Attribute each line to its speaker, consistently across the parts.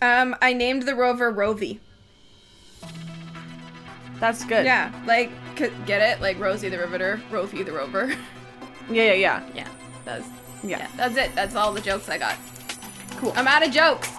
Speaker 1: Um, I named the rover Rovi.
Speaker 2: That's good.
Speaker 1: Yeah, like c- get it, like Rosie the Riveter, Rovi the Rover.
Speaker 2: Yeah, yeah, yeah.
Speaker 1: yeah, that's
Speaker 2: Yeah.
Speaker 1: yeah, that's it. That's all the jokes I got.
Speaker 2: Cool.
Speaker 1: I'm out of jokes.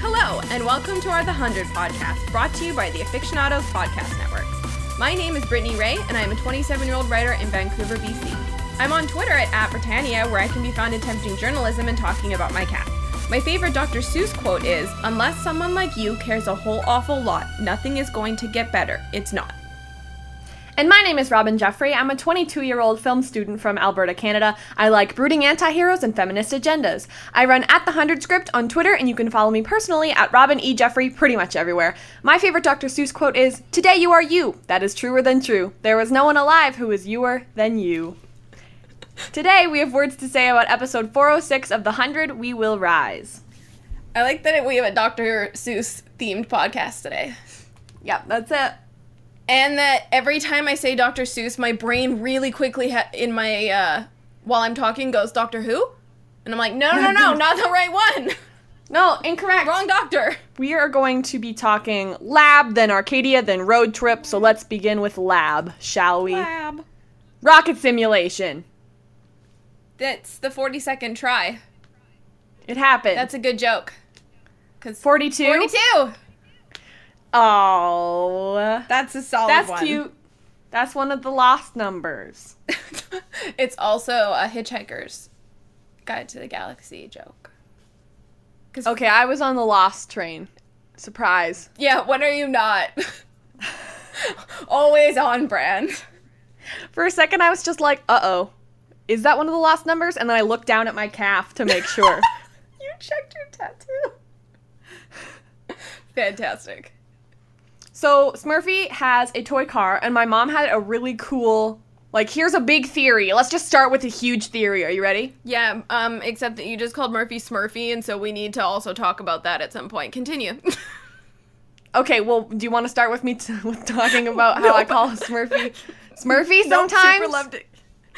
Speaker 1: Hello, and welcome to our The Hundred podcast, brought to you by the Aficionados Podcast Network. My name is Brittany Ray, and I'm a 27 year old writer in Vancouver, BC. I'm on Twitter at, at Britannia, where I can be found attempting journalism and talking about my cat. My favorite Dr. Seuss quote is Unless someone like you cares a whole awful lot, nothing is going to get better. It's not.
Speaker 2: And my name is Robin Jeffrey. I'm a 22 year old film student from Alberta, Canada. I like brooding anti heroes and feminist agendas. I run at the 100 script on Twitter, and you can follow me personally at Robin E. Jeffrey pretty much everywhere. My favorite Dr. Seuss quote is Today you are you. That is truer than true. There was no one alive who is youer than you. Today we have words to say about episode 406 of The 100 We Will Rise.
Speaker 1: I like that we have a Dr. Seuss themed podcast today.
Speaker 2: Yep, that's it.
Speaker 1: and that every time I say Dr. Seuss, my brain really quickly ha- in my uh, while I'm talking goes Doctor Who, and I'm like, no, no, no, not the right one,
Speaker 2: No, incorrect.
Speaker 1: wrong doctor.
Speaker 2: We are going to be talking lab, then Arcadia, then road trip. So let's begin with lab, shall we?
Speaker 1: Lab.
Speaker 2: Rocket simulation.
Speaker 1: That's the 42nd try.
Speaker 2: It happened.
Speaker 1: That's a good joke. Cause
Speaker 2: 42.
Speaker 1: 42.
Speaker 2: Oh.
Speaker 1: That's a solid
Speaker 2: That's
Speaker 1: one.
Speaker 2: cute. That's one of the lost numbers.
Speaker 1: it's also a Hitchhiker's Guide to the Galaxy joke.
Speaker 2: Okay, I was on the lost train. Surprise.
Speaker 1: Yeah, when are you not? Always on brand.
Speaker 2: For a second, I was just like, uh oh. Is that one of the lost numbers? And then I looked down at my calf to make sure.
Speaker 1: you checked your tattoo. Fantastic.
Speaker 2: So Smurfy has a toy car, and my mom had a really cool. Like, here's a big theory. Let's just start with a huge theory. Are you ready?
Speaker 1: Yeah, um, except that you just called Murphy Smurfy, and so we need to also talk about that at some point. Continue.
Speaker 2: Okay. Well, do you want to start with me t- with talking about how I
Speaker 1: Nope.
Speaker 2: call Smurfy? Smurfy sometimes.
Speaker 1: it.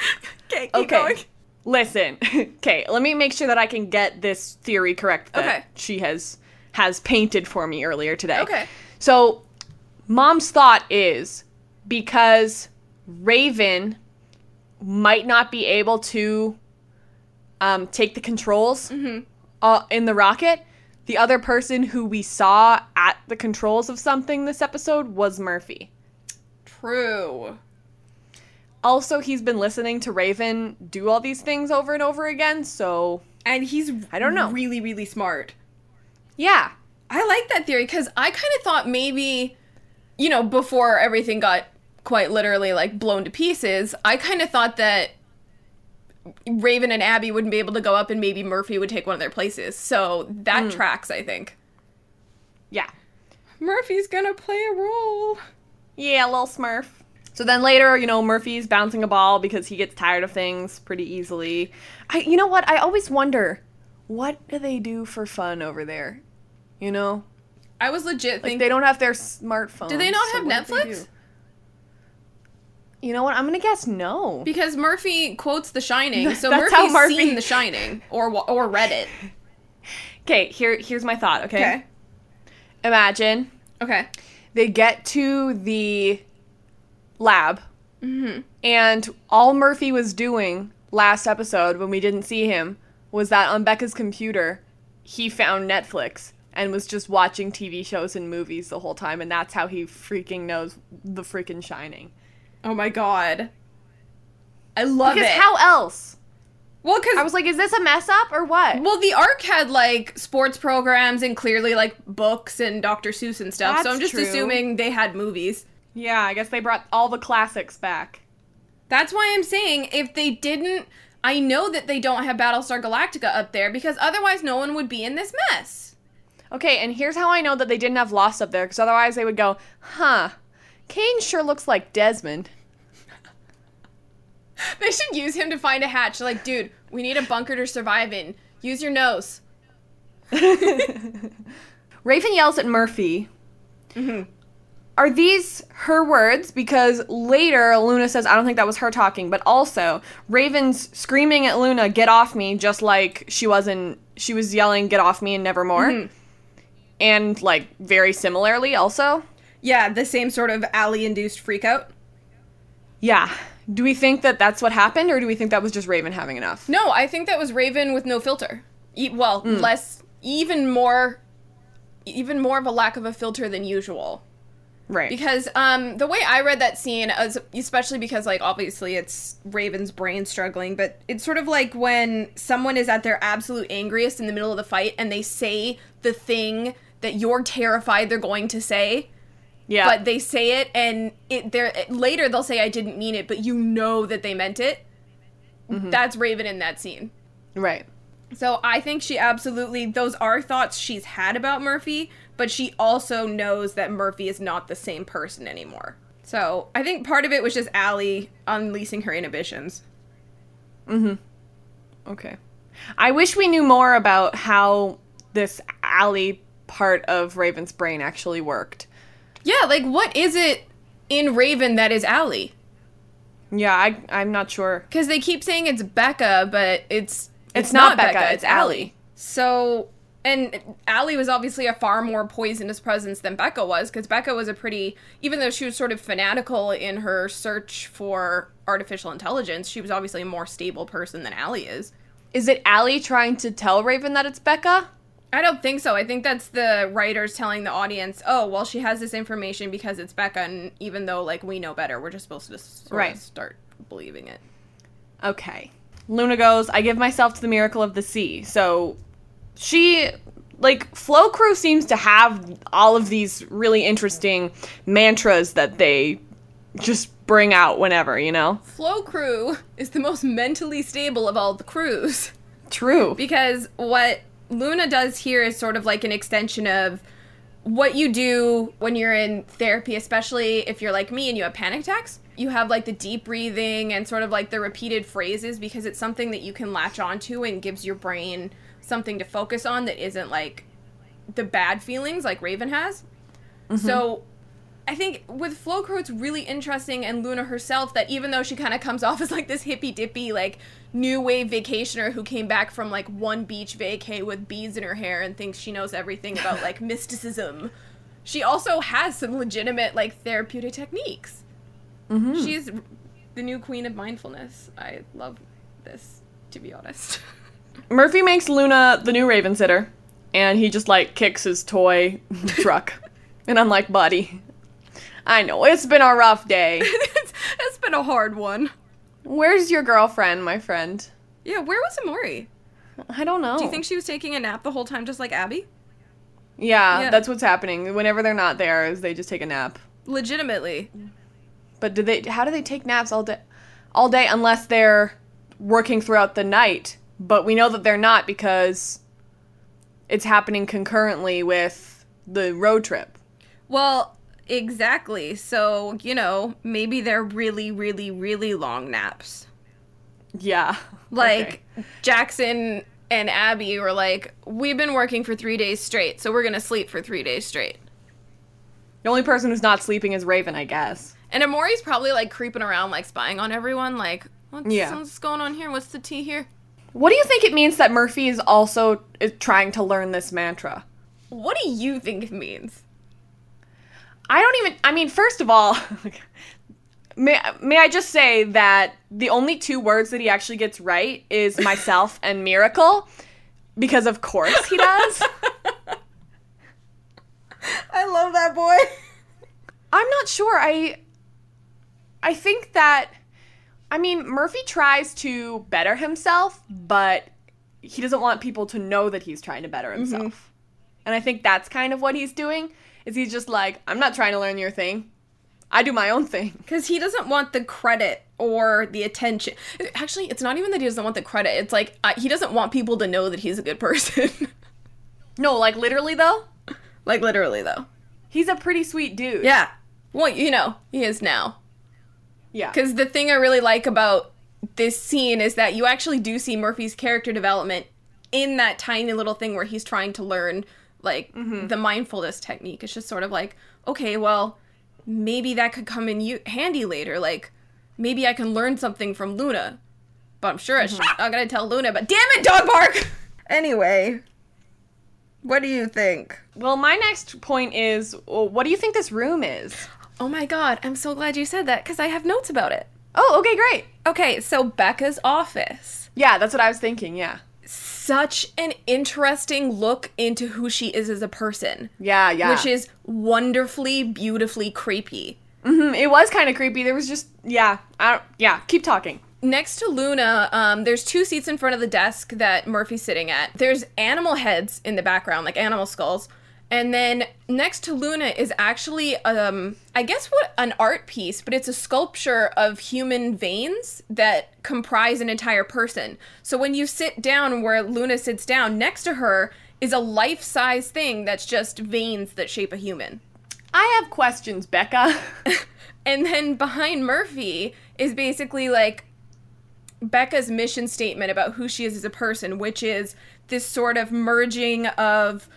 Speaker 1: Okay, keep
Speaker 2: Okay. Listen. okay. Let me make sure that I can get this theory correct that
Speaker 1: Okay.
Speaker 2: she has has painted for me earlier today.
Speaker 1: Okay.
Speaker 2: So, mom's thought is because Raven might not be able to um, take the controls uh, in the rocket. The other person who we saw at the controls of something this episode was Murphy.
Speaker 1: True.
Speaker 2: Also, he's been listening to Raven do all these things over and over again, so
Speaker 1: And he's
Speaker 2: I don't know.
Speaker 1: really, really smart.
Speaker 2: yeah.
Speaker 1: I like that theory because I kind of thought maybe, you know, before everything got quite literally like blown to pieces, I kind of thought that Raven and Abby wouldn't be able to go up and maybe Murphy would take one of their places. So that tracks, I think.
Speaker 2: Yeah.
Speaker 1: Murphy's gonna play a role.
Speaker 2: Yeah, little Smurf. So then later, you know, Murphy's bouncing a ball because he gets tired of things pretty easily. I you know what? I always wonder what do they do for fun over there? You know?
Speaker 1: I was legit
Speaker 2: Like
Speaker 1: thinking.
Speaker 2: they don't have their smartphones.
Speaker 1: do they not have
Speaker 2: what do they
Speaker 1: Netflix?
Speaker 2: do? You know what? I'm going to guess no.
Speaker 1: Because Murphy quotes The Shining, so
Speaker 2: That's
Speaker 1: Murphy's
Speaker 2: how Murphy-
Speaker 1: seen The Shining or wa- or read it.
Speaker 2: Okay, here here's my thought, okay? Imagine
Speaker 1: Okay.
Speaker 2: they get to the lab
Speaker 1: Mm-hmm.
Speaker 2: and all murphy was doing last episode when we didn't see him was that on becca's computer he found netflix and was just watching tv shows and movies the whole time and that's how he freaking knows the freaking shining
Speaker 1: Oh my god. I love
Speaker 2: because
Speaker 1: it.
Speaker 2: how else
Speaker 1: well, because
Speaker 2: i was like is this a mess up or what
Speaker 1: Well, the ARC had like sports programs and clearly like books and Dr. Seuss and stuff. so
Speaker 2: That's
Speaker 1: I'm just
Speaker 2: true.
Speaker 1: assuming they had movies.
Speaker 2: yeah i guess they brought all the classics back
Speaker 1: That's why I'm saying if they didn't, I know that they don't have Battlestar Galactica up there because otherwise no one would be in this mess.
Speaker 2: Okay, and here's how I know that they didn't have Lost up there, because otherwise they would go, huh, Kane sure looks like Desmond.
Speaker 1: They should use him to find a hatch. Like, dude, we need a bunker to survive in. Use your nose. Mm-hmm.
Speaker 2: Raven yells at Murphy are these her words? Because later Luna says, I don't think that was her talking, but also Raven's screaming at Luna, get off me, just like she was in she was yelling, get off me and nevermore.
Speaker 1: Mm-hmm.
Speaker 2: And like very similarly also.
Speaker 1: Yeah, the same sort of alley induced freakout.
Speaker 2: Yeah. Do we think that that's what happened or do we think that was just Raven having enough?
Speaker 1: No, I think that was Raven with no filter. E- well, less, even more, even more of a lack of a filter than usual.
Speaker 2: Right.
Speaker 1: Because um, the way I read that scene, is especially because like obviously it's Raven's brain struggling, but it's sort of like when someone is at their absolute angriest in the middle of the fight and they say the thing that you're terrified they're going to say,
Speaker 2: yeah.
Speaker 1: but they say it and it they later they'll say I didn't mean it, but you know that they meant it. That's Raven in that scene.
Speaker 2: right.
Speaker 1: So I think she absolutely those are thoughts she's had about Murphy, but she also knows that Murphy is not the same person anymore. So I think part of it was just Allie unleashing her inhibitions.
Speaker 2: Okay. I wish we knew more about how this alley part of Raven's brain actually worked.
Speaker 1: Yeah, like what is it in Raven that is Allie?
Speaker 2: Yeah, I, I'm not sure.
Speaker 1: Because they keep saying it's Becca, but it's
Speaker 2: It's not Becca, it's Allie.
Speaker 1: So and Allie was obviously a far more poisonous presence than Becca was, because Becca was a pretty even though she was sort of fanatical in her search for artificial intelligence, she was obviously a more stable person than Allie is.
Speaker 2: Is it Allie trying to tell Raven that it's Becca?
Speaker 1: I don't think so. I think that's the writers telling the audience, "Oh, well, she has this information because it's Becca, and even though like we know better, we're just supposed to sort of
Speaker 2: Right.
Speaker 1: start believing it."
Speaker 2: Okay. Luna goes, I give myself to the miracle of the sea. So she like Flow Crew seems to have all of these really interesting mantras that they just bring out whenever, you know?
Speaker 1: Flow Crew is the most mentally stable of all the crews
Speaker 2: True.
Speaker 1: because what Luna does here is sort of like an extension of what you do when you're in therapy, especially if you're like me and you have panic attacks. You have like the deep breathing and sort of like the repeated phrases because it's something that you can latch onto and gives your brain something to focus on that isn't like the bad feelings like Raven has. So I think with Flo Crew, it's really interesting, and Luna herself, that even though she kind of comes off as like this hippy dippy, like new wave vacationer who came back from like one beach vacay with beads in her hair and thinks she knows everything about like mysticism, she also has some legitimate like therapeutic techniques. She's the new queen of mindfulness. I love this, to be honest.
Speaker 2: Murphy makes Luna the new Raven sitter, and he just like kicks his toy truck. and I'm like, buddy, I know it's been a rough day.
Speaker 1: it's, it's been a hard one.
Speaker 2: Where's your girlfriend, my friend?
Speaker 1: Yeah, where was Amori?
Speaker 2: I don't know.
Speaker 1: Do you think she was taking a nap the whole time, just like Abby?
Speaker 2: yeah,
Speaker 1: Yeah.
Speaker 2: that's what's happening. Whenever they're not there, is they just take a nap.
Speaker 1: Legitimately.
Speaker 2: But do they? How do they take naps all day? All day unless they're working throughout the night. But we know that they're not because it's happening concurrently with the road trip.
Speaker 1: Well, exactly. So, you know, maybe they're really, really, really long naps.
Speaker 2: Yeah.
Speaker 1: Like, Jackson and Abby were like, We've been working for three days straight, so we're going to sleep for three days straight.
Speaker 2: The only person who's not sleeping is Raven, I guess.
Speaker 1: And Amori's probably like creeping around, like spying on everyone, like, What's,
Speaker 2: Yeah.
Speaker 1: what's going on here? What's the tea here?
Speaker 2: What do you think it means that Murphy is also is trying to learn this mantra?
Speaker 1: What do you think it means?
Speaker 2: I don't even. I mean, first of all, may may I just say that the only two words that he actually gets right is myself and miracle, because of course he does.
Speaker 1: I love that boy.
Speaker 2: I'm not sure. I I think that I mean Murphy tries to better himself, but he doesn't want people to know that he's trying to better himself. And I think that's kind of what he's doing. Is he's just like, I'm not trying to learn your thing. I do my own thing.
Speaker 1: Because he doesn't want the credit or the attention. Actually, it's not even that he doesn't want the credit. It's like uh, he doesn't want people to know that he's a good person.
Speaker 2: No, like literally though,
Speaker 1: like, literally, though.
Speaker 2: he's a pretty sweet dude.
Speaker 1: Yeah. Well, you know, he is now.
Speaker 2: Yeah.
Speaker 1: Because the thing I really like about this scene is that you actually do see Murphy's character development in that tiny little thing where he's trying to learn, like, the mindfulness technique. It's just sort of like, okay, well, maybe that could come in u- handy later. Like, maybe I can learn something from Luna. But I'm sure it's not gonna tell Luna. But damn it, dog bark. Anyway, what do you think?
Speaker 2: Well, my next point is well, what do you think this room is?
Speaker 1: Oh my god, I'm so glad you said that because I have notes about it.
Speaker 2: Oh, okay, great.
Speaker 1: Okay, so Becca's office.
Speaker 2: Yeah, that's what I was thinking. Yeah.
Speaker 1: Such an interesting look into who she is as a person,
Speaker 2: Yeah, yeah.
Speaker 1: which is wonderfully, beautifully creepy.
Speaker 2: Mhm, it was kind of creepy. There was just yeah, I don't, yeah, keep talking.
Speaker 1: Next to Luna, um, there's two seats in front of the desk that Murphy's sitting at. There's animal heads in the background, like animal skulls. And then next to Luna is actually, um, I guess, what an art piece, but it's a sculpture of human veins that comprise an entire person. So when you sit down where Luna sits down, next to her is a life size thing that's just veins that shape a human.
Speaker 2: I have questions, Becca.
Speaker 1: And then behind Murphy is basically like Becca's mission statement about who she is as a person, which is this sort of merging of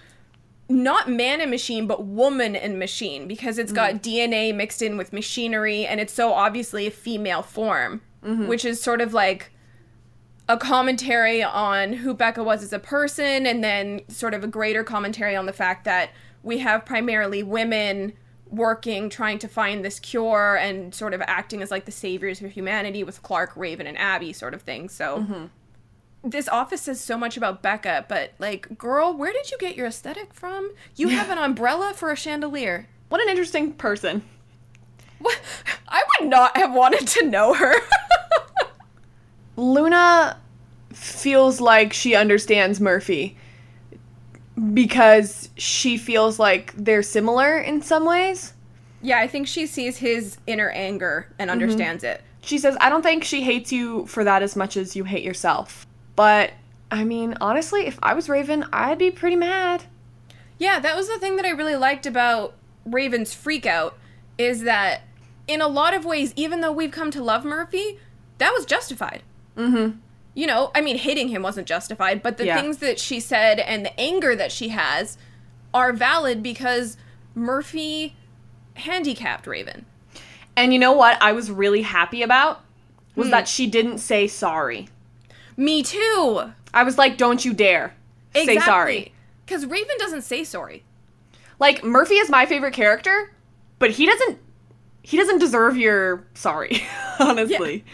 Speaker 1: not man and machine, but woman and machine, because it's got DNA mixed in with machinery and it's so obviously a female form, which is sort of like a commentary on who Becca was as a person, and then sort of a greater commentary on the fact that we have primarily women working, trying to find this cure, and sort of acting as like the saviors of humanity with Clark, Raven, and Abby, sort of thing. So. This office says so much about Becca, but like, girl, where did you get your aesthetic from? You have an umbrella for a chandelier.
Speaker 2: what an interesting person.
Speaker 1: What? I would not have wanted to know her.
Speaker 2: Luna feels like she understands Murphy because she feels like they're similar in some ways.
Speaker 1: yeah, I think she sees his inner anger and understands it.
Speaker 2: She says, I don't think she hates you for that as much as you hate yourself. But, I mean, honestly, if I was Raven, I'd be pretty mad.
Speaker 1: Yeah, that was the thing that I really liked about Raven's freakout is that in a lot of ways, even though we've come to love Murphy, that was justified.
Speaker 2: Mm
Speaker 1: You know, I mean, hitting him wasn't justified, but the
Speaker 2: Yeah.
Speaker 1: things that she said and the anger that she has are valid because Murphy handicapped Raven.
Speaker 2: hmm. And you know what I was really happy about? Was that she didn't say sorry.
Speaker 1: Me too.
Speaker 2: I was like, don't you dare say sorry.
Speaker 1: Because Raven doesn't say sorry.
Speaker 2: Like, Murphy is my favorite character, but he doesn't. He doesn't deserve your sorry, honestly.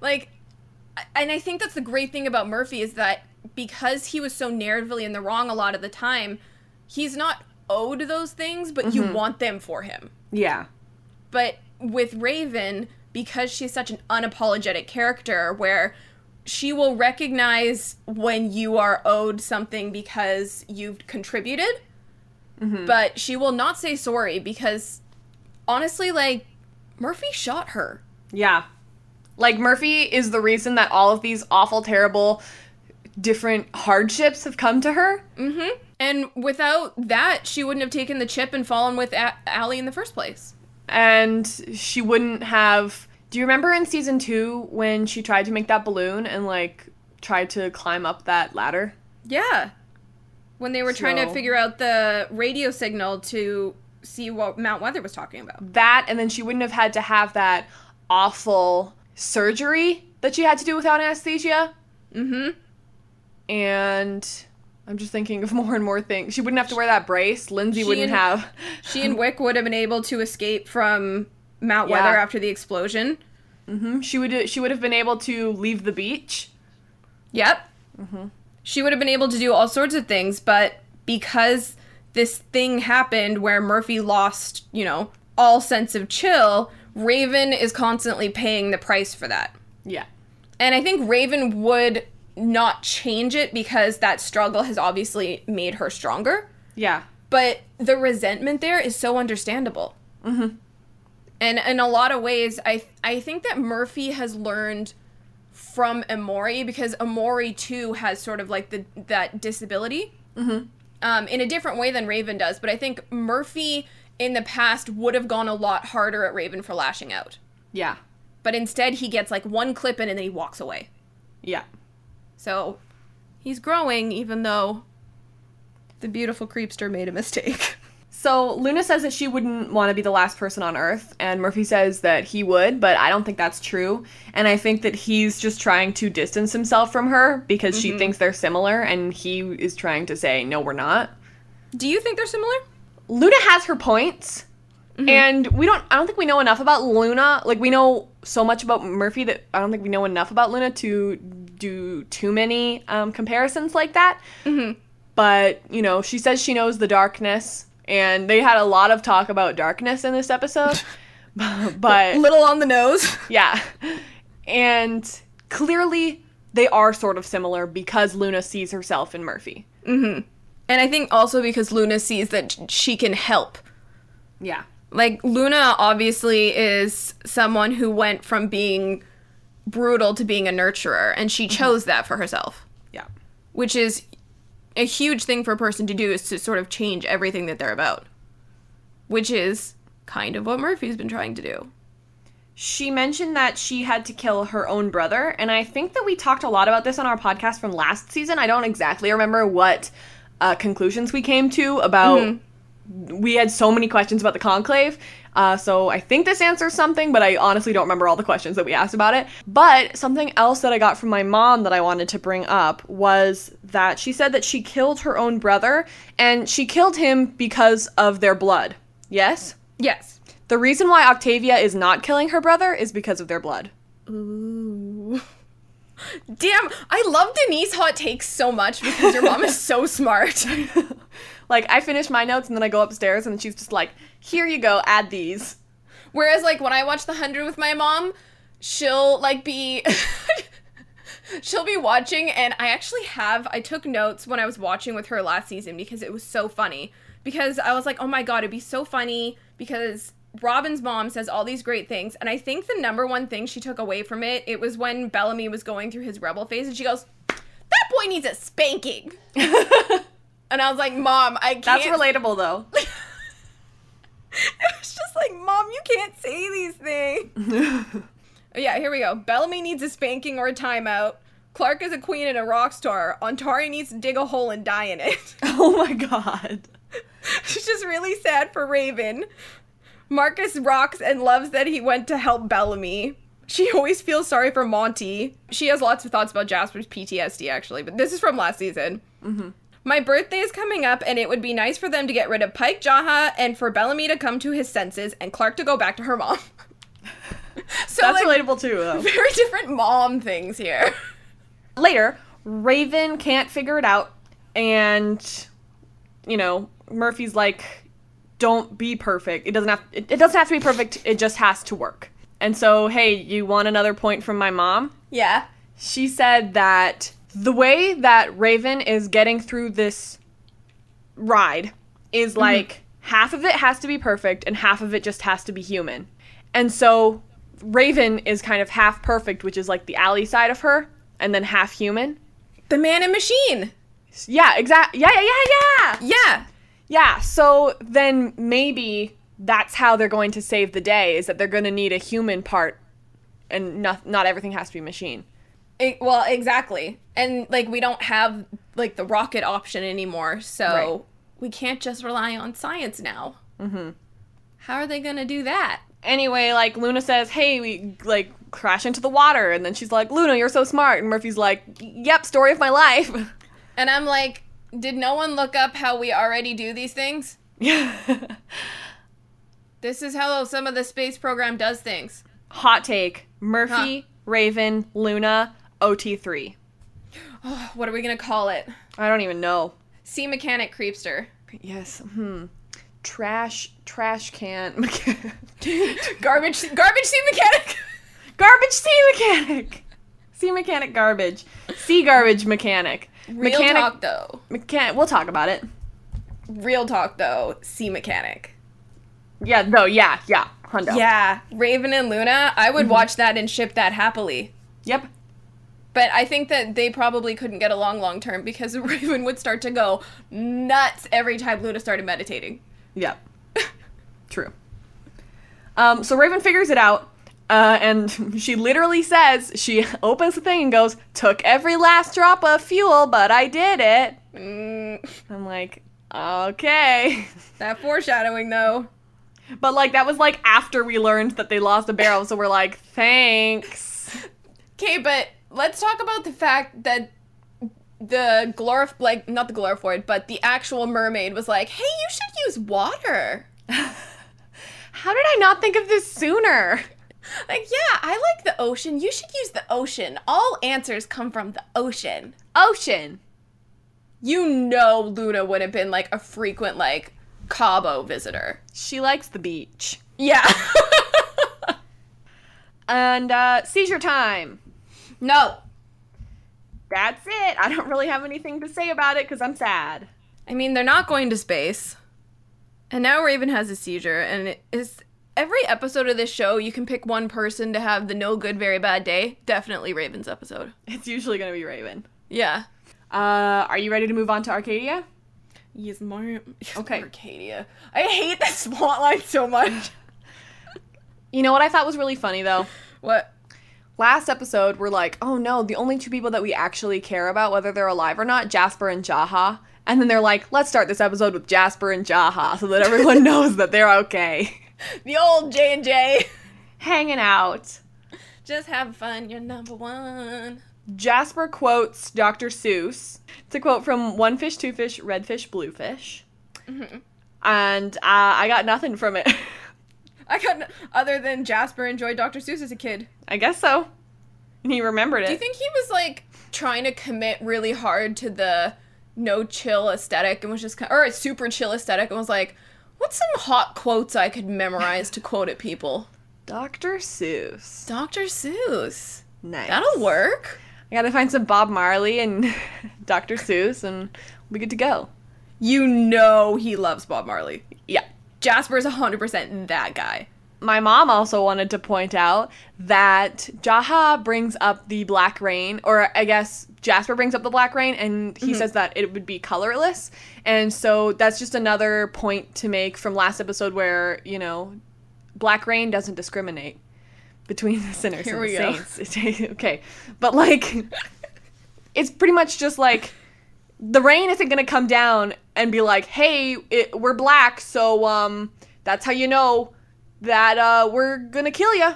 Speaker 1: like and i think that's the great thing about murphy is that because he was so narratively in the wrong a lot of the time he's not owed those things but you want them for him
Speaker 2: Yeah.
Speaker 1: but with raven because she's such an unapologetic character where she will recognize when you are owed something because you've contributed but she will not say sorry because honestly like murphy shot her
Speaker 2: Yeah. Like Murphy is the reason that all of these awful, terrible, different hardships have come to her.
Speaker 1: And without that, she wouldn't have taken the chip and fallen with a- Allie in the first place.
Speaker 2: And she wouldn't have. Do you remember in season two when she tried to make that balloon and like tried to climb up that ladder?
Speaker 1: Yeah. When they were trying to
Speaker 2: So-
Speaker 1: figure out the radio signal to see what Mount Weather was talking about.
Speaker 2: That, and then she wouldn't have had to have that awful surgery that she had to do without anesthesia. Mm-hmm.
Speaker 1: Mm hmm.
Speaker 2: And I'm just thinking of more and more things. She wouldn't have to wear that brace. Lindsay
Speaker 1: She
Speaker 2: wouldn't
Speaker 1: and-
Speaker 2: have.
Speaker 1: She and Wick would have been able to escape from Mount
Speaker 2: Yeah.
Speaker 1: Weather after the explosion.
Speaker 2: Mhm. She would. She would have been able to leave the beach.
Speaker 1: Yep.
Speaker 2: Mm-hmm.
Speaker 1: She would have been able to do all sorts of things, but because this thing happened where Murphy lost, you know, all sense of chill, Raven is constantly paying the price for that.
Speaker 2: Yeah.
Speaker 1: And I think Raven would not change it because that struggle has obviously made her stronger.
Speaker 2: Yeah.
Speaker 1: But the resentment there is so understandable. And in a lot of ways, I I think that Murphy has learned from Amori because Amori too has sort of like the that disability um, in a different way than Raven does. But I think Murphy in the past would have gone a lot harder at Raven for lashing out.
Speaker 2: Yeah.
Speaker 1: But instead, he gets like one clip in and then he walks away.
Speaker 2: Yeah.
Speaker 1: So he's growing, even though the beautiful creepster made a mistake.
Speaker 2: So Luna says that she wouldn't want to be the last person on Earth, and Murphy says that he would, but I don't think that's true. And I think that he's just trying to distance himself from her because she thinks they're similar, and he is trying to say, no, we're not.
Speaker 1: Do you think they're similar?
Speaker 2: Luna has her points, and we don't. I don't think we know enough about Luna. Like we know so much about Murphy that I don't think we know enough about Luna to do too many um, comparisons like that. But you know, she says she knows the darkness, and they had a lot of talk about darkness in this episode. but
Speaker 1: Little on the nose.
Speaker 2: yeah. And clearly they are sort of similar because Luna sees herself in Murphy.
Speaker 1: And I think also because Luna sees that she can help.
Speaker 2: Yeah.
Speaker 1: Like, Luna obviously is someone who went from being brutal to being a nurturer, and she chose that for herself,
Speaker 2: Yeah.
Speaker 1: which is a huge thing for a person to do is to sort of change everything that they're about, which is kind of what Murphy's been trying to do.
Speaker 2: She mentioned that she had to kill her own brother, and I think that we talked a lot about this on our podcast from last season. I don't exactly remember what uh, conclusions we came to about. We had so many questions about the conclave, uh, so I think this answers something, but I honestly don't remember all the questions that we asked about it. But something else that I got from my mom that I wanted to bring up was that she said that she killed her own brother, and she killed him because of their blood. Yes?
Speaker 1: Yes.
Speaker 2: The reason why Octavia is not killing her brother is because of their blood.
Speaker 1: Ooh. Damn, I love Denise hot takes so much because your mom is so smart.
Speaker 2: like, I finish my notes and then I go upstairs and she's just like, here you go, add these.
Speaker 1: Whereas, like, when I watch The Hundred with my mom, she'll, like, be. she'll be watching, and I actually have. I took notes when I was watching with her last season because it was so funny. Because I was like, oh my god, it'd be so funny because Robin's mom says all these great things. And I think the number one thing she took away from it, it was when Bellamy was going through his rebel phase, and she goes, that boy needs a spanking. and I was like, mom, I can't.
Speaker 2: That's relatable though.
Speaker 1: It's just like, Mom, you can't say these things. Oh, yeah, here we go. Bellamy needs a spanking or a timeout. Clark is a queen and a rock star. Ontari needs to dig a hole and die in it.
Speaker 2: oh my god.
Speaker 1: She's just really sad for Raven. Marcus rocks and loves that he went to help Bellamy. She always feels sorry for Monty. She has lots of thoughts about Jasper's PTSD, actually, but this is from last season. My birthday is coming up, and it would be nice for them to get rid of Pike Jaha and for Bellamy to come to his senses and Clark to go back to her mom. so,
Speaker 2: That's
Speaker 1: like,
Speaker 2: relatable too though.
Speaker 1: very different mom things here.
Speaker 2: Later, Raven can't figure it out and you know, Murphy's like don't be perfect. It doesn't have it, it doesn't have to be perfect. It just has to work. And so, hey, you want another point from my mom?
Speaker 1: Yeah.
Speaker 2: she said that the way that Raven is getting through this ride is like half of it has to be perfect and half of it just has to be human. And so Raven is kind of half perfect, which is like the alley side of her, and then half human.
Speaker 1: The man and machine.
Speaker 2: S- Yeah, exactly. Yeah, yeah, yeah, yeah.
Speaker 1: Yeah.
Speaker 2: Yeah, so then maybe that's how they're going to save the day is that they're going to need a human part and not not everything has to be machine.
Speaker 1: E- well, exactly. And like we don't have like the rocket option anymore, so
Speaker 2: Right.
Speaker 1: we can't just rely on science now. Mm-hmm. How are they gonna do that?
Speaker 2: anyway, like Luna says, "Hey, we like crash into the water," and then she's like, "Luna, you're so smart," and Murphy's like, "Yep, story of my life."
Speaker 1: And I'm like, did no one look up how we already do these things? This is how some of the space program does things.
Speaker 2: Hot take: Murphy, Raven, Luna, OT three.
Speaker 1: Oh, What are we gonna call it?
Speaker 2: I don't even know.
Speaker 1: Sea mechanic creepster.
Speaker 2: Yes. Hmm. Trash, trash can, mechanic.
Speaker 1: Garbage garbage sea mechanic.
Speaker 2: garbage sea mechanic, sea mechanic, garbage, sea garbage mechanic.
Speaker 1: Real
Speaker 2: mechanic,
Speaker 1: talk though.
Speaker 2: mechan- We'll talk about it.
Speaker 1: Real talk though. Sea mechanic.
Speaker 2: Yeah. No. Yeah. Yeah. Mm-hmm. Hundo.
Speaker 1: Yeah. Raven and Luna, I would watch that and ship that happily.
Speaker 2: Yep.
Speaker 1: But I think that they probably couldn't get along long term because Raven would start to go nuts every time Luna started meditating.
Speaker 2: Yeah. True. Um, so Raven figures it out, uh, and she literally says, she opens the thing and goes, Took every last drop of fuel, but I did it.
Speaker 1: Mm,
Speaker 2: I'm like, Okay.
Speaker 1: That foreshadowing, though.
Speaker 2: But like that was like after we learned that they lost a barrel, so we're like, thanks.
Speaker 1: Okay, but let's talk about the fact that the glorif like not the glorifoid, but the actual mermaid was like, "Hey, you should use water."
Speaker 2: How did I not think of this sooner?
Speaker 1: Like, yeah, I like the ocean. You should use the ocean. All answers come from the ocean.
Speaker 2: Ocean.
Speaker 1: You know, Luna would have been like a frequent like Cabo visitor.
Speaker 2: She likes the beach.
Speaker 1: Yeah.
Speaker 2: And uh seizure time.
Speaker 1: no.
Speaker 2: That's it. I don't really have anything to say about it cuz I'm sad.
Speaker 1: I mean, they're not going to space. And now Raven has a seizure, and it is every episode of this show you can pick one person to have the no good, very bad day. Definitely Raven's episode.
Speaker 2: It's usually going to be Raven.
Speaker 1: Yeah.
Speaker 2: Uh are you ready to move on to Arcadia?
Speaker 1: Yes, more
Speaker 2: Okay.
Speaker 1: Arcadia. I hate this plot line so much.
Speaker 2: You know what I thought was really funny though?
Speaker 1: What?
Speaker 2: Last episode, we're like, oh no, the only two people that we actually care about, whether they're alive or not, Jasper and Jaha. And then they're like, let's start this episode with Jasper and Jaha so that everyone knows that they're okay.
Speaker 1: The old J and J.
Speaker 2: Hanging out.
Speaker 1: Just have fun. You're number one.
Speaker 2: Jasper quotes Dr. Seuss. It's a quote from One Fish, Two Fish, Red Fish, Blue Fish.
Speaker 1: Mm-hmm.
Speaker 2: And uh, I got nothing from it.
Speaker 1: I got n- other than Jasper enjoyed Dr. Seuss as a kid.
Speaker 2: I guess so. And he remembered it.
Speaker 1: Do you think he was like trying to commit really hard to the no chill aesthetic and was just kind or a super chill aesthetic and was like, what's some hot quotes I could memorize to quote at people?
Speaker 2: Dr. Seuss.
Speaker 1: Dr. Seuss.
Speaker 2: Nice.
Speaker 1: That'll work.
Speaker 2: I gotta find some Bob Marley and Dr. Seuss, and we'll be good to go.
Speaker 1: You know he loves Bob Marley.
Speaker 2: Yeah.
Speaker 1: Jasper's 100% that guy.
Speaker 2: My mom also wanted to point out that Jaha brings up the black rain, or I guess Jasper brings up the black rain, and
Speaker 1: Mm-hmm.
Speaker 2: he says that it would be colorless. And so that's just another point to make from last episode where, you know, black rain doesn't discriminate between the sinners
Speaker 1: Here
Speaker 2: and
Speaker 1: we
Speaker 2: the
Speaker 1: go.
Speaker 2: saints. okay. But like, it's pretty much just like the rain isn't going to come down and be like, "Hey, it, we're black, so um that's how you know that uh we're going to kill you."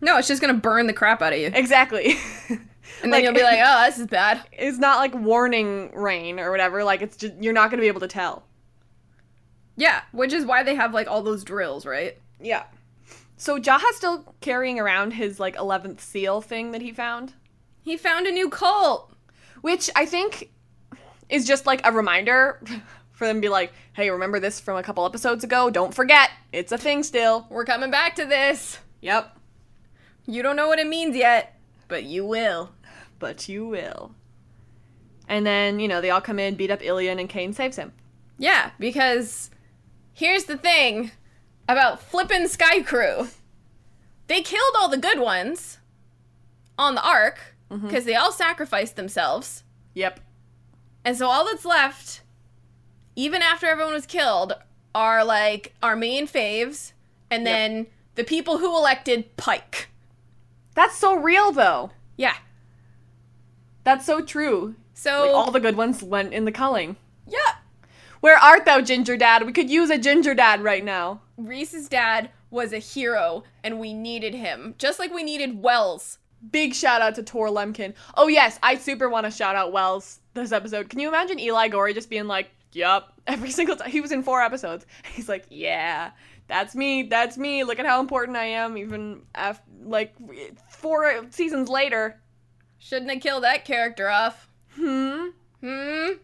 Speaker 1: No, it's just gonna burn the crap out of you.
Speaker 2: Exactly.
Speaker 1: And then you'll be like, oh, this is bad.
Speaker 2: it's not like warning rain or whatever, like it's just you're not going to be able to tell.
Speaker 1: Yeah, which is why they have like all those drills, right?
Speaker 2: Yeah. So Jaha's still carrying around his like 11th seal thing that he found.
Speaker 1: He found a new cult.
Speaker 2: which I think is just like a reminder for them to be like, hey, remember this from a couple episodes ago? Don't forget, it's a thing still.
Speaker 1: We're coming back to this.
Speaker 2: Yep,
Speaker 1: You don't know what it means yet, but you will.
Speaker 2: but you will. And then you know they all come in, beat up Ilian, and Kane saves him.
Speaker 1: Yeah, because here's the thing about flippin' Sky Crew. They killed all the good ones on the Ark because
Speaker 2: Mm-hmm.
Speaker 1: they all sacrificed themselves.
Speaker 2: Yep,
Speaker 1: And so all that's left, even after everyone was killed, are like our main faves and
Speaker 2: Yep.
Speaker 1: then the people who elected Pike.
Speaker 2: that's so real though.
Speaker 1: Yeah.
Speaker 2: That's so true.
Speaker 1: So
Speaker 2: Like all the good ones went in the culling.
Speaker 1: yeah,
Speaker 2: Where art thou, Ginger Dad? We could use a Ginger Dad right now.
Speaker 1: Reese's dad was a hero and we needed him, just like we needed Wells.
Speaker 2: Big shout out to Tor Lemkin. Oh yes, I super want to shout out Wells this episode. Can you imagine Eli Gorey just being like, "Yup," every single time? He was in four episodes. He's like, "Yeah, that's me. That's me. Look at how important I am." Even af like four seasons later.
Speaker 1: Shouldn't have killed that character off.
Speaker 2: Hmm.
Speaker 1: Hmm. Shouldn't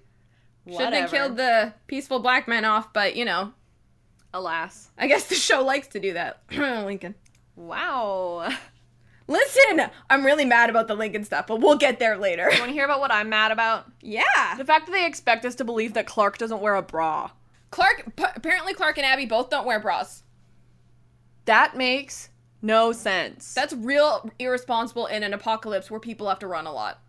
Speaker 2: Whatever.
Speaker 1: have killed the peaceful black man off, but you know,
Speaker 2: Alas.
Speaker 1: I guess the show likes to do that. Lincoln.
Speaker 2: Wow. You
Speaker 1: Listen, I'm really mad about the Lincoln stuff, but we'll get there later.
Speaker 2: want to hear about what I'm mad about?
Speaker 1: yeah.
Speaker 2: The fact that they expect us to believe that Clark doesn't wear a bra.
Speaker 1: Clark p- apparently Clark and Abby both don't wear bras.
Speaker 2: That makes no sense.
Speaker 1: That's real irresponsible in an apocalypse where people have to run a lot.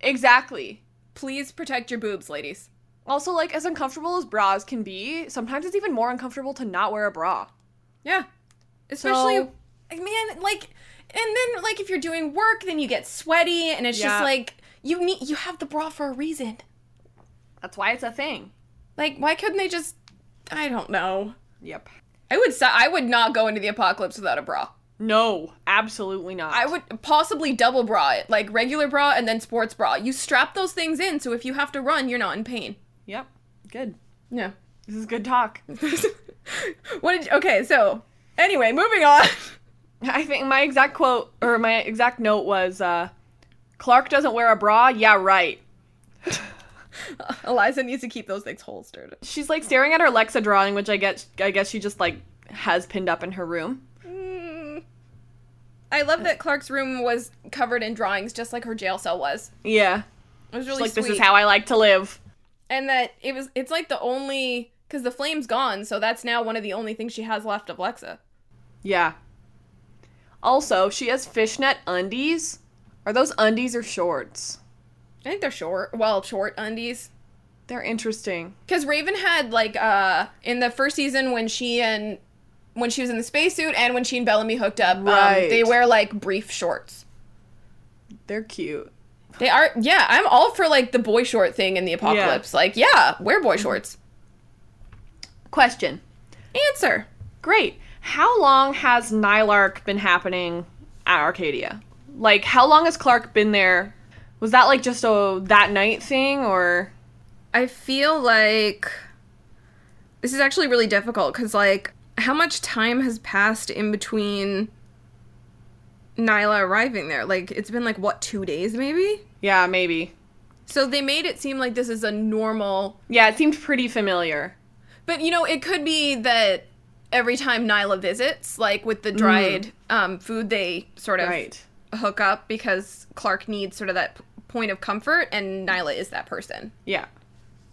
Speaker 2: exactly.
Speaker 1: Please protect your boobs, ladies.
Speaker 2: Also, like, as uncomfortable as bras can be, sometimes it's even more uncomfortable to not wear a bra.
Speaker 1: Yeah. Especially
Speaker 2: So-
Speaker 1: man, like and then like if you're doing work, then you get sweaty and it's
Speaker 2: Yeah.
Speaker 1: just like you need you have the bra for a reason.
Speaker 2: That's why it's a thing.
Speaker 1: Like, why couldn't they just? I don't know.
Speaker 2: Yep.
Speaker 1: I would. Sa- I would not go into the apocalypse without a bra.
Speaker 2: No, absolutely not.
Speaker 1: I would possibly double bra it, like regular bra and then sports bra. You strap those things in, so if you have to run, you're not in pain.
Speaker 2: Yep. Good.
Speaker 1: No.
Speaker 2: This is good talk.
Speaker 1: what did? You, okay, so anyway, moving on.
Speaker 2: I think my exact quote or my exact note was uh, Clark doesn't wear a bra. Yeah, right.
Speaker 1: Eliza needs to keep those things holstered.
Speaker 2: She's like staring at her Lexa drawing, which I guess I guess she just like has pinned up in her room.
Speaker 1: Mm. I love that Clark's room was covered in drawings, just like her jail cell was.
Speaker 2: Yeah.
Speaker 1: It was
Speaker 2: She's
Speaker 1: really
Speaker 2: like
Speaker 1: sweet.
Speaker 2: this is how I like to live.
Speaker 1: and that it was. It's like the only because the flame's gone, so that's now one of the only things she has left of Lexa.
Speaker 2: Yeah. Also, she has fishnet undies. Are those undies or shorts?
Speaker 1: I think they're short. Well, short undies.
Speaker 2: They're interesting.
Speaker 1: Because Raven had like uh in the first season when she and when she was in the spacesuit and when she and Bellamy hooked up,
Speaker 2: Right.
Speaker 1: um, they wear like brief shorts.
Speaker 2: They're cute.
Speaker 1: They are yeah. I'm all for like the boy short thing in the apocalypse. Like yeah, wear boy shorts.
Speaker 2: Question.
Speaker 1: Answer.
Speaker 2: Great. How long has Nylark been happening at Arcadia? Like, how long has Clark been there? Was that like just a that night thing, or
Speaker 1: I feel like this is actually really difficult because like how much time has passed in between Nyla arriving there? Like it's been like what two days maybe.
Speaker 2: yeah, maybe.
Speaker 1: So they made it seem like this is a normal
Speaker 2: Yeah, it seemed pretty familiar.
Speaker 1: But you know, it could be that every time Nyla visits, like with the dried um, food, they sort of
Speaker 2: Right.
Speaker 1: hook up because Clark needs sort of that p- point of comfort, and Nyla is that person,
Speaker 2: Yeah.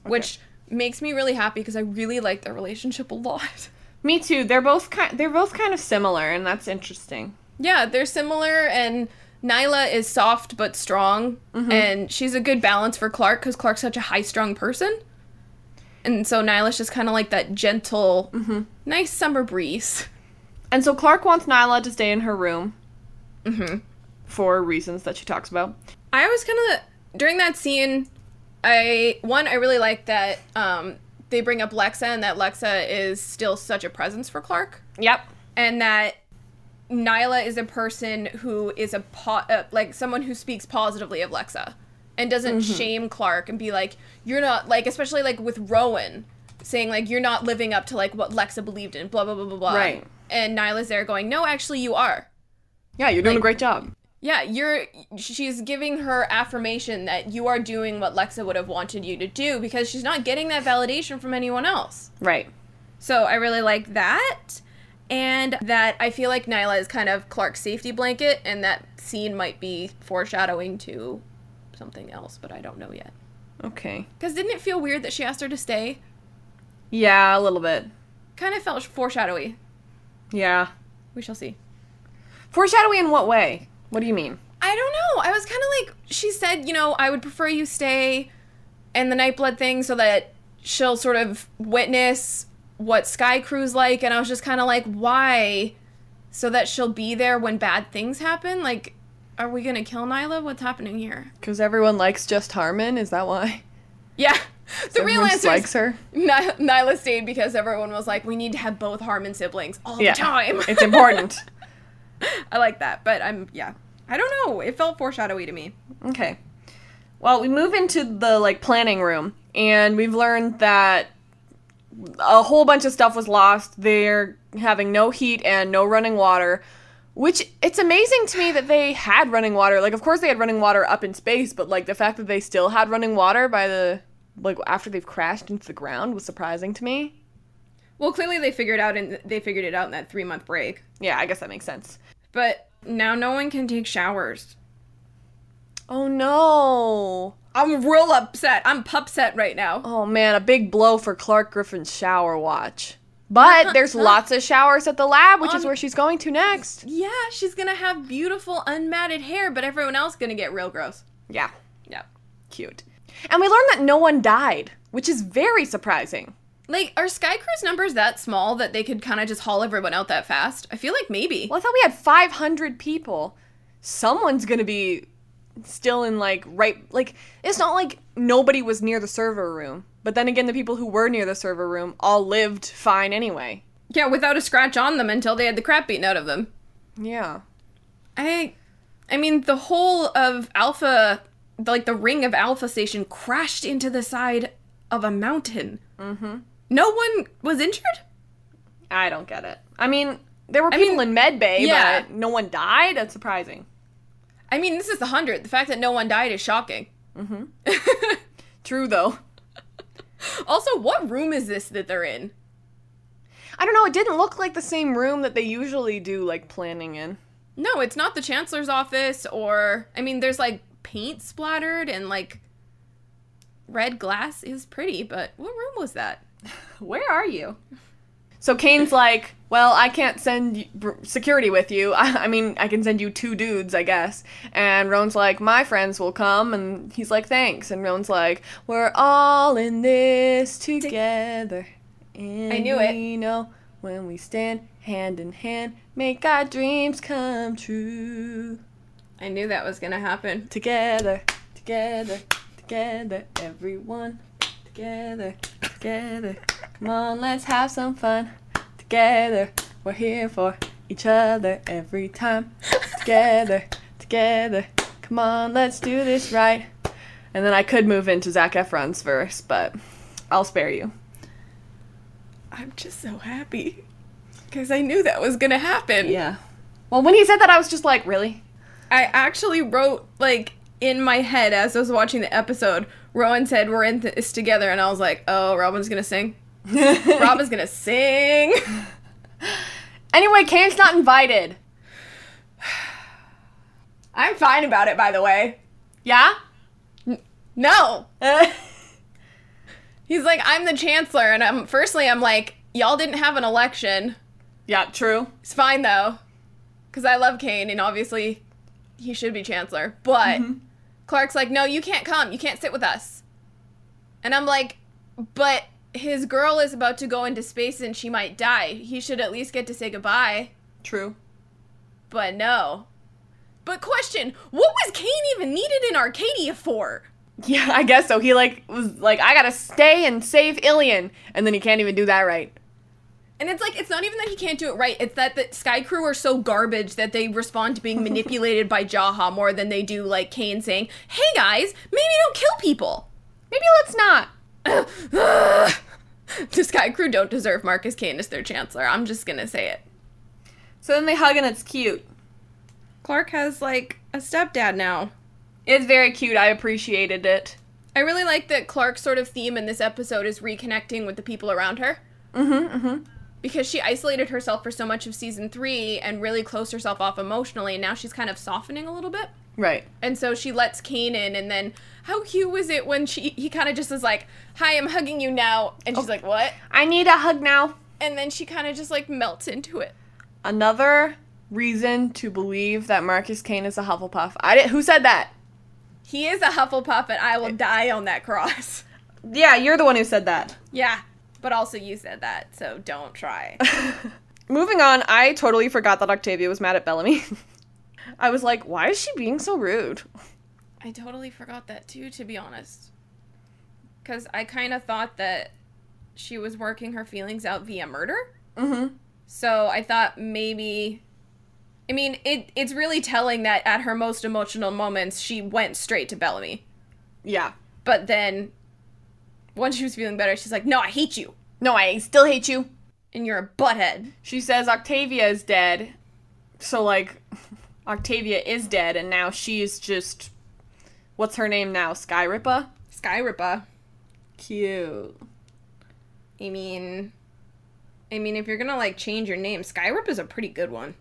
Speaker 1: which makes me really happy because I really like their relationship a lot.
Speaker 2: Me too. They're both kind. They're both kind of similar, and that's interesting.
Speaker 1: yeah, they're similar, and Nyla is soft but strong, and she's a good balance for Clark because Clark's such a high-strung person. And so Nyla's just kind of like that gentle, nice summer breeze.
Speaker 2: And so Clark wants Nyla to stay in her room
Speaker 1: Mm-hmm.
Speaker 2: for reasons that she talks about.
Speaker 1: I was kind of during that scene. I one I really like that um, they bring up Lexa and that Lexa is still such a presence for Clark,
Speaker 2: Yep.
Speaker 1: and that Nyla is a person who is a po- uh, like someone who speaks positively of Lexa and doesn't shame Clark and be like you're not like especially like with Rowan saying like you're not living up to like what Lexa believed in blah blah blah blah blah
Speaker 2: Right.
Speaker 1: and Nyla's there going no actually you are
Speaker 2: Yeah, you're doing
Speaker 1: Like-
Speaker 2: a great job.
Speaker 1: yeah, you're she's giving her affirmation that you are doing what Lexa would have wanted you to do because she's not getting that validation from anyone else.
Speaker 2: Right.
Speaker 1: So I really like that. And that I feel like Nyla is kind of Clark's safety blanket, and that scene might be foreshadowing to something else, but I don't know yet.
Speaker 2: Okay.
Speaker 1: Because didn't it feel weird that she asked her to stay?
Speaker 2: Yeah, a little bit.
Speaker 1: Kind of felt foreshadowy.
Speaker 2: Yeah.
Speaker 1: We shall see.
Speaker 2: Foreshadowing in what way? What do you mean?
Speaker 1: I don't know. I was kind of like, she said, you know, I would prefer you stay and the Nightblood thing so that she'll sort of witness what Sky Crew's like. And I was just kind of like, why? So that she'll be there when bad things happen? Like, are we going to kill Nyla? What's happening here?
Speaker 2: Because everyone likes Just Harmon. Is that why?
Speaker 1: Yeah. The real
Speaker 2: Everyone just
Speaker 1: answer
Speaker 2: likes
Speaker 1: is
Speaker 2: her.
Speaker 1: Ny- Nyla stayed because everyone was like, we need to have both Harmon siblings all the time.
Speaker 2: it's important.
Speaker 1: I like that. But I'm, yeah. I don't know. It felt foreshadowy to me.
Speaker 2: Okay. Well, we move into the like planning room, and we've learned that a whole bunch of stuff was lost. They're having no heat and no running water, which it's amazing to me that they had running water. Like, of course they had running water up in space, but like the fact that they still had running water by the like after they've crashed into the ground was surprising to me.
Speaker 1: Well, clearly they figured out and they figured it out in that three month break.
Speaker 2: Yeah, I guess that makes sense.
Speaker 1: But now no one can take showers.
Speaker 2: Oh no.
Speaker 1: I'm real upset. I'm pupset right now.
Speaker 2: Oh man, a big blow for Clark Griffin's shower watch. But there's lots of showers at the lab, which is
Speaker 1: Um,
Speaker 2: where she's going to next.
Speaker 1: Yeah, she's gonna have beautiful unmatted hair, but everyone else gonna get real gross.
Speaker 2: Yeah,
Speaker 1: Yeah.
Speaker 2: cute. And we learned that no one died, which is very surprising.
Speaker 1: Like, are Sky Crew's numbers that small that they could kind of just haul everyone out that fast? I feel like maybe.
Speaker 2: Well, I thought we had 500 people. Someone's gonna be still in like right like it's not like nobody was near the server room. But then again, the people who were near the server room all lived fine anyway.
Speaker 1: Yeah, without a scratch on them until they had the crap beaten out of them.
Speaker 2: Yeah.
Speaker 1: I I mean the whole of Alpha like the ring of Alpha Station crashed into the side of a mountain. Mm-hmm. No one was injured?
Speaker 2: I don't get it. I mean, there were
Speaker 1: I mean,
Speaker 2: people in Med Bay,
Speaker 1: yeah.
Speaker 2: but no one died? That's surprising.
Speaker 1: I mean, this is the hundred. The fact that no one died is shocking.
Speaker 2: Mm-hmm. True, though.
Speaker 1: Also, what room is this that they're in?
Speaker 2: I don't know, it didn't look like the same room that they usually do, like, planning in.
Speaker 1: No, it's not the chancellor's office or I mean there's like paint splattered and like red glass is pretty, but what room was that?
Speaker 2: Where are you? So Kane's like, well, I can't send y- br- security with you. I, I mean, I can send you two dudes, I guess. And Roan's like, my friends will come. And he's like, thanks. And Roan's like, we're all in this together. And
Speaker 1: I knew it.
Speaker 2: We know when we stand hand in hand, make our dreams come true.
Speaker 1: I knew that was gonna happen.
Speaker 2: Together, together, together, everyone. Together, together. Come on, let's have some fun. Together, we're here for each other every time. Together, together. Come on, let's do this right. And then I could move into Zach Efron's verse, but I'll spare you.
Speaker 1: I'm just so happy because I knew that was gonna happen.
Speaker 2: Yeah. Well, when he said that, I was just like, really?
Speaker 1: I actually wrote like in my head as I was watching the episode. Rowan said, "We're in this together," and I was like, "Oh, Robin's gonna sing. Robin's gonna sing."
Speaker 2: anyway, Kane's not invited.
Speaker 1: I'm fine about it, by the way.
Speaker 2: Yeah?
Speaker 1: No, he's like, "I'm the chancellor," and I'm firstly, I'm like, "Y'all didn't have an election.
Speaker 2: yeah, true.
Speaker 1: It's fine though, because I love Kane, and obviously, he should be chancellor." But Clark's like, "No, you can't come. You can't sit with us," and I'm like, "But." His girl is about to go into space and she might die. He should at least get to say goodbye.
Speaker 2: True.
Speaker 1: But no. But question, what was Kane even needed in Arcadia for?
Speaker 2: Yeah, I guess so. He like was like, I gotta stay and save Ilian, and then he can't even do that right.
Speaker 1: And it's like it's not even that he can't do it right, it's that the Sky Crew are so garbage that they respond to being manipulated by Jaha more than they do like Kane saying, "Hey guys, maybe don't kill people."
Speaker 2: Maybe let's not.
Speaker 1: The Sky Crew don't deserve Marcus Kane as their chancellor. I'm just going to say it.
Speaker 2: So then they hug and it's cute.
Speaker 1: Clark has like a stepdad now.
Speaker 2: It's very cute. I appreciated it.
Speaker 1: I really like that Clark's sort of theme in this episode is reconnecting with the people around her.
Speaker 2: Mm-hmm. Mm-hmm.
Speaker 1: because she isolated herself for so much of season three and really closed herself off emotionally, and now she's kind of softening a little bit.
Speaker 2: Right.
Speaker 1: And so she lets Kane in, and then how cute was it when she he kind of just is like, "Hi, I'm hugging you now," and she's like, "What?"
Speaker 2: I need a hug now.
Speaker 1: And then she kind of just like melts into it.
Speaker 2: Another reason to believe that Marcus Kane is a Hufflepuff. I did. Who said that?
Speaker 1: He is a Hufflepuff, and I will die on that cross.
Speaker 2: Yeah, you're the one who said that.
Speaker 1: yeah, but also you said that, so don't try.
Speaker 2: Moving on, I totally forgot that Octavia was mad at Bellamy. I was like, why is she being so rude?
Speaker 1: I totally forgot that too, to be honest. Because I kind of thought that she was working her feelings out via murder.
Speaker 2: Mm-hmm.
Speaker 1: So I thought maybe I mean it it's really telling that at her most emotional moments she went straight to Bellamy.
Speaker 2: Yeah.
Speaker 1: But then once she was feeling better, she's like, No, I hate you
Speaker 2: No, I still hate you.
Speaker 1: and you're a butthead.
Speaker 2: She says Octavia is dead. So like Octavia is dead and now she's just what's her name now? Sky Ripa?
Speaker 1: Sky Ripa.
Speaker 2: Cute.
Speaker 1: I mean I mean if you're gonna like change your name, Sky Ripa's a pretty good one.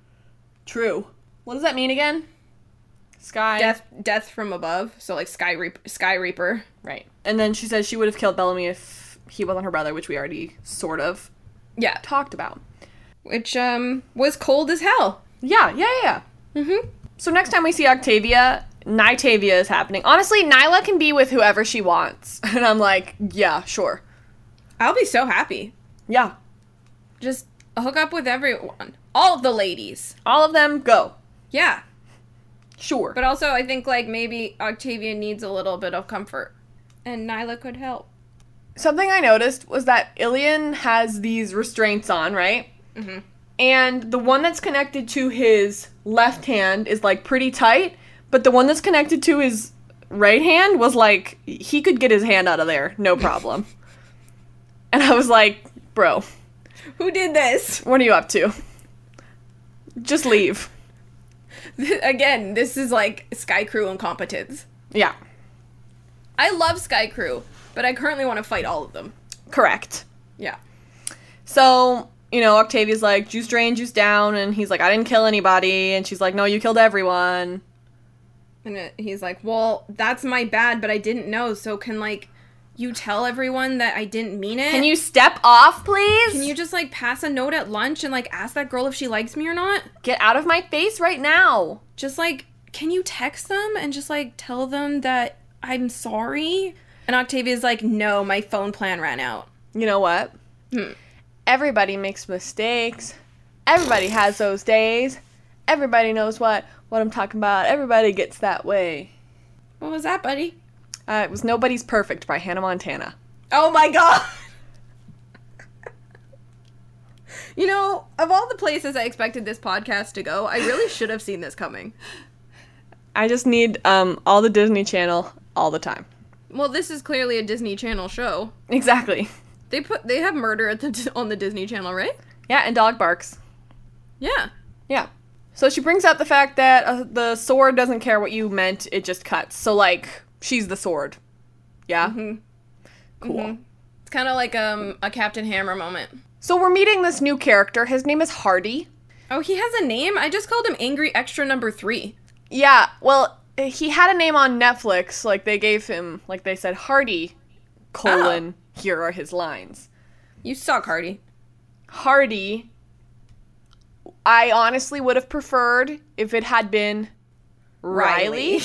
Speaker 2: True. What does that mean again? Sky
Speaker 1: Death death from above. So like Sky Reaper Sky Reaper.
Speaker 2: Right. And then she says she would have killed Bellamy if he wasn't her brother, which we already sort of
Speaker 1: Yeah.
Speaker 2: talked about.
Speaker 1: Which um was cold as hell.
Speaker 2: Yeah, yeah, yeah, yeah.
Speaker 1: Mm-hmm.
Speaker 2: So next time we see Octavia, Nitavia is happening. Honestly, Nyla can be with whoever she wants. And I'm like, yeah, sure.
Speaker 1: I'll be so happy.
Speaker 2: Yeah.
Speaker 1: Just hook up with everyone. All the ladies.
Speaker 2: All of them go.
Speaker 1: Yeah.
Speaker 2: Sure.
Speaker 1: But also, I think like maybe Octavia needs a little bit of comfort. and Nyla could help.
Speaker 2: Something I noticed was that Ilian has these restraints on, right?
Speaker 1: Mm-hmm.
Speaker 2: And the one that's connected to his left hand is like pretty tight, but the one that's connected to his right hand was like he could get his hand out of there, no problem. and I was like, "Bro,
Speaker 1: Who did this?
Speaker 2: what are you up to? Just leave."
Speaker 1: Again, this is like Sky Crew incompetence.
Speaker 2: Yeah.
Speaker 1: I love Sky Crew, but I currently want to fight all of them.
Speaker 2: Correct.
Speaker 1: Yeah.
Speaker 2: So, you know, Octavia's like, juice drain, juice down. And he's like, I didn't kill anybody. And she's like, no, you killed everyone.
Speaker 1: And it, he's like, "Well, that's my bad, but I didn't know. So can like you tell everyone that I didn't mean it?
Speaker 2: Can you step off, please?
Speaker 1: Can you just like pass a note at lunch and like ask that girl if she likes me or not?
Speaker 2: get out of my face right now?
Speaker 1: Just like can you text them and just like tell them that I'm sorry?" And Octavia's like, "No, my phone plan ran out."
Speaker 2: You know what?
Speaker 1: Hmm.
Speaker 2: Everybody makes mistakes. Everybody has those days. Everybody knows what what I'm talking about. Everybody gets that way.
Speaker 1: What was that, buddy?
Speaker 2: Uh, it was Nobody's Perfect by Hannah Montana.
Speaker 1: Oh my god. You know, of all the places I expected this podcast to go, I really should have seen this coming.
Speaker 2: I just need um, all the Disney Channel all the time.
Speaker 1: Well, this is clearly a Disney Channel show.
Speaker 2: Exactly.
Speaker 1: They put they have murder at the on the Disney Channel, right?
Speaker 2: Yeah, and dog barks.
Speaker 1: Yeah.
Speaker 2: Yeah. So she brings up the fact that uh, the sword doesn't care what you meant, it just cuts. So, like, she's the sword. Yeah? Cool.
Speaker 1: It's kind of like um a Captain Hammer moment.
Speaker 2: So, we're meeting this new character. His name is Hardy.
Speaker 1: Oh, he has a name. I just called him Angry Extra Number Three.
Speaker 2: Yeah, well, he had a name on Netflix. Like, they gave him, like, they said, Hardy, colon, here are his lines.
Speaker 1: You suck, Hardy.
Speaker 2: Hardy, I honestly would have preferred if it had been Riley.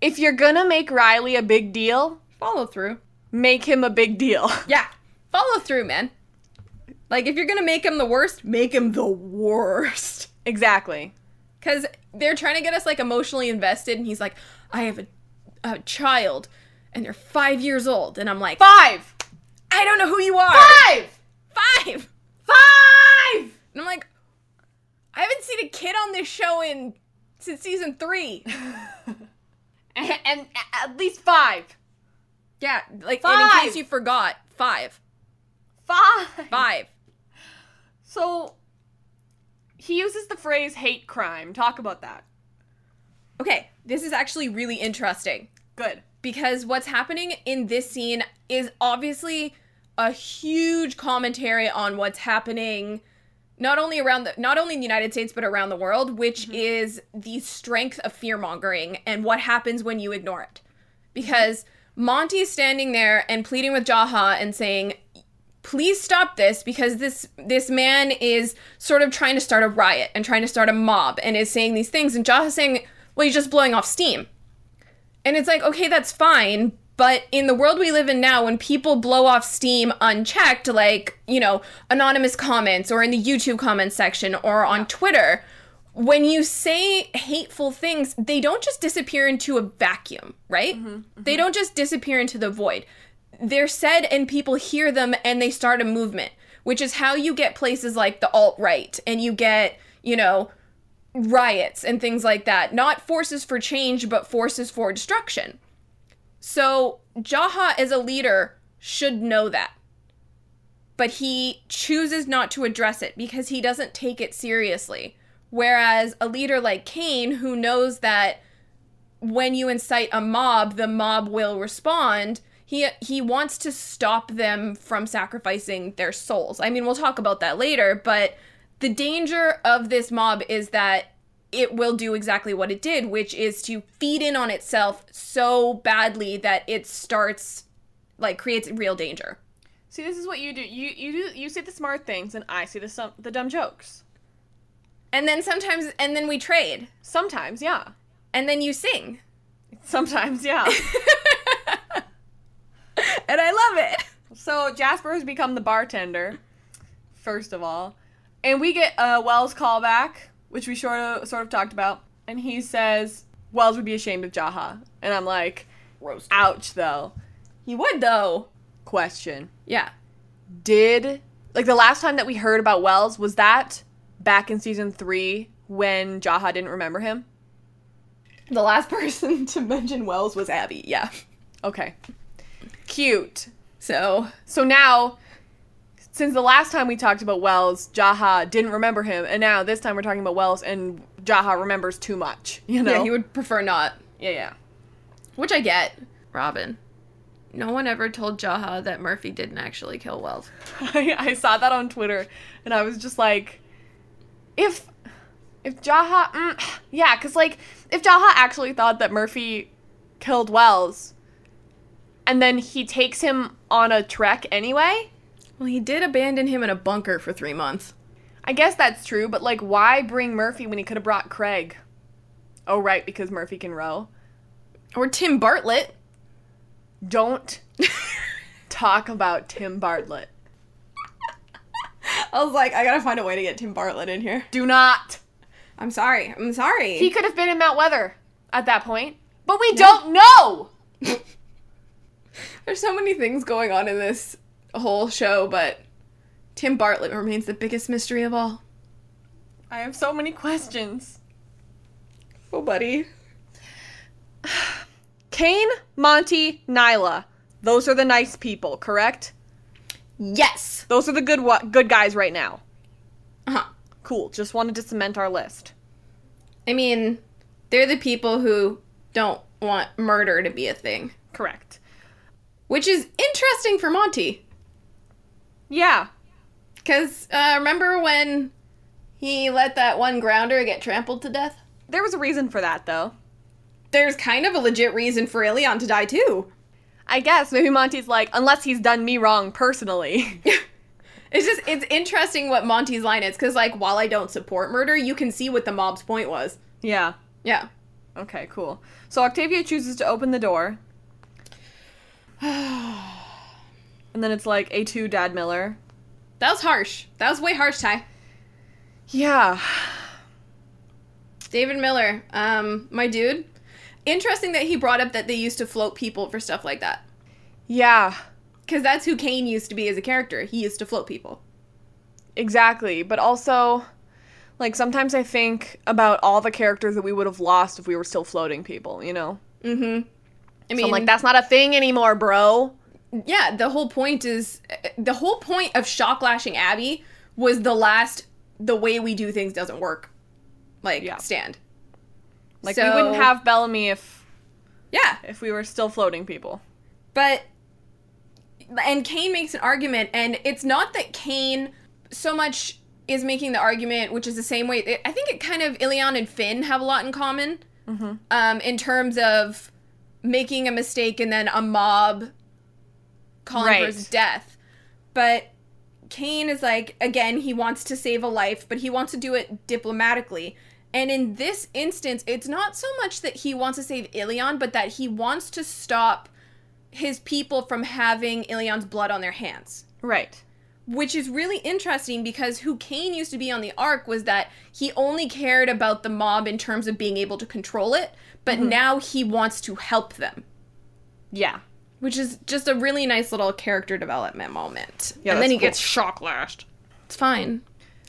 Speaker 2: if you're gonna make Riley a big deal,
Speaker 1: Follow through.
Speaker 2: make him a big deal.
Speaker 1: Yeah. Follow through, man. Like if you're gonna make him the worst, make him the worst.
Speaker 2: Exactly.
Speaker 1: Cause they're trying to get us like emotionally invested, and he's like, I have a, a child, and they're five years old, and I'm like,
Speaker 2: Five.
Speaker 1: I don't know who you are.
Speaker 2: Five.
Speaker 1: Five.
Speaker 2: Five.
Speaker 1: And I'm like, I haven't seen a kid on this show in since season three.
Speaker 2: And, at least five.
Speaker 1: Yeah, like and in
Speaker 2: Five.
Speaker 1: case you forgot, five,
Speaker 2: Five.
Speaker 1: five.
Speaker 2: So he uses the phrase hate crime. Talk about that.
Speaker 1: Okay, this is actually really interesting
Speaker 2: Good.
Speaker 1: because what's happening in this scene is obviously a huge commentary on what's happening not only around the not only in the United States but around the world, which is the strength of fear mongering and what happens when you ignore it. Because Monty's standing there and pleading with Jaha and saying, please stop this because this this man is sort of trying to start a riot and trying to start a mob and is saying these things and Jaha's saying, well, he's just blowing off steam. And it's like, okay, that's fine. But in the world we live in now, when people blow off steam unchecked, like, you know, anonymous comments or in the YouTube comments section or on Twitter, when you say hateful things, they don't just disappear into a vacuum, right? They don't just disappear into the void. They're said and people hear them and they start a movement, which is how you get places like the alt right and you get, you know, riots and things like that. Not forces for change, but forces for destruction. So Jaha, as a leader, should know that. But he chooses not to address it because he doesn't take it seriously. Whereas a leader like Kane, who knows that when you incite a mob, the mob will respond. He, he wants to stop them from sacrificing their souls. I mean, we'll talk about that later, but the danger of this mob is that it will do exactly what it did, which is to feed in on itself so badly that it starts, like, creates real danger.
Speaker 2: See, this is what you do. You you do you say the smart things, and I say the sum- the dumb jokes.
Speaker 1: And then sometimes, and then we trade,
Speaker 2: Sometimes, yeah.
Speaker 1: and then you sing.
Speaker 2: Sometimes, yeah.
Speaker 1: And I love it.
Speaker 2: so Jasper has become the bartender, first of all, and we get a Wells callback, which we sort of sort of talked about, and he says Wells would be ashamed of Jaha, and I'm like,
Speaker 1: roasted.
Speaker 2: Ouch, though.
Speaker 1: He would though.
Speaker 2: Question.
Speaker 1: Yeah.
Speaker 2: Did, like, the last time that we heard about Wells, was that back in season three when Jaha didn't remember him?
Speaker 1: The last person to mention Wells was Abby. Yeah.
Speaker 2: Okay. Cute.
Speaker 1: So
Speaker 2: So now, since the last time we talked about Wells, Jaha didn't remember him, and now this time we're talking about Wells, and Jaha remembers too much. You know?
Speaker 1: yeah, he would prefer not.
Speaker 2: Yeah, yeah.
Speaker 1: Which I get. Robin. No one ever told Jaha that Murphy didn't actually kill Wells.
Speaker 2: I, I saw that on Twitter, and I was just like, if if Jaha, mm, yeah, because like if Jaha actually thought that Murphy killed Wells, and then he takes him on a trek anyway.
Speaker 1: Well, he did abandon him in a bunker for three months.
Speaker 2: I guess that's true, but like, why bring Murphy when he could have brought Craig? Oh, right, because Murphy can row.
Speaker 1: Or Tim Bartlett.
Speaker 2: Don't talk about Tim Bartlett.
Speaker 1: I was like, I gotta find a way to get Tim Bartlett in here.
Speaker 2: Do not.
Speaker 1: I'm sorry. I'm sorry.
Speaker 2: He could have been in Mount Weather at that point, but we don't know.
Speaker 1: There's so many things going on in this whole show, but Tim Bartlett remains the biggest mystery of all.
Speaker 2: I have so many questions.
Speaker 1: Oh, buddy.
Speaker 2: Kane, Monty, Nyla. Those are the nice people, correct?
Speaker 1: Yes.
Speaker 2: Those are the good wa- good guys right now.
Speaker 1: Uh huh.
Speaker 2: Cool. Just wanted to cement our list.
Speaker 1: I mean, they're the people who don't want murder to be a thing,
Speaker 2: Correct.
Speaker 1: which is interesting for Monty.
Speaker 2: Yeah.
Speaker 1: Because uh, remember when he let that one grounder get trampled to death?
Speaker 2: There was a reason for that though.
Speaker 1: There's kind of a legit reason for Ilion to die, too.
Speaker 2: I guess maybe Monty's like unless he's done me wrong personally.
Speaker 1: It's just, it's interesting what Monty's line is, because, like, while I don't support murder, you can see what the mob's point was.
Speaker 2: yeah.
Speaker 1: Yeah.
Speaker 2: Okay, cool. So Octavia chooses to open the door. and then it's like A2 Dad Miller.
Speaker 1: That was harsh. That was way harsh, Ty.
Speaker 2: Yeah.
Speaker 1: David Miller, um, my dude. Interesting that he brought up that they used to float people for stuff like that.
Speaker 2: Yeah.
Speaker 1: Because that's who Kane used to be as a character. He used to float people.
Speaker 2: Exactly. But also, like, sometimes I think about all the characters that we would have lost if we were still floating people, you know?
Speaker 1: Mm hmm. I mean,
Speaker 2: So I'm like, that's not a thing anymore, bro.
Speaker 1: yeah, the whole point is the whole point of shock lashing Abby was the last, the way we do things doesn't work. Like,
Speaker 2: Yeah.
Speaker 1: stand.
Speaker 2: Like,
Speaker 1: So-
Speaker 2: we wouldn't have Bellamy if
Speaker 1: Yeah.
Speaker 2: if we were still floating people.
Speaker 1: But and Kane makes an argument, and it's not that Kane so much is making the argument, which is the same way. I think it kind of Ilion and Finn have a lot in common,
Speaker 2: Mm-hmm.
Speaker 1: um, in terms of making a mistake and then a mob calling for his
Speaker 2: Right.
Speaker 1: death. But Kane is like again, he wants to save a life, but he wants to do it diplomatically. And in this instance, it's not so much that he wants to save Ilion, but that he wants to stop his people from having Ilion's blood on their hands.
Speaker 2: Right.
Speaker 1: Which is really interesting because who Kane used to be on the arc was that he only cared about the mob in terms of being able to control it, but
Speaker 2: Mm-hmm.
Speaker 1: now he wants to help them,
Speaker 2: Yeah.
Speaker 1: which is just a really nice little character development moment.
Speaker 2: Yeah,
Speaker 1: and then
Speaker 2: that's
Speaker 1: he
Speaker 2: cool.
Speaker 1: gets shock lashed. It's fine.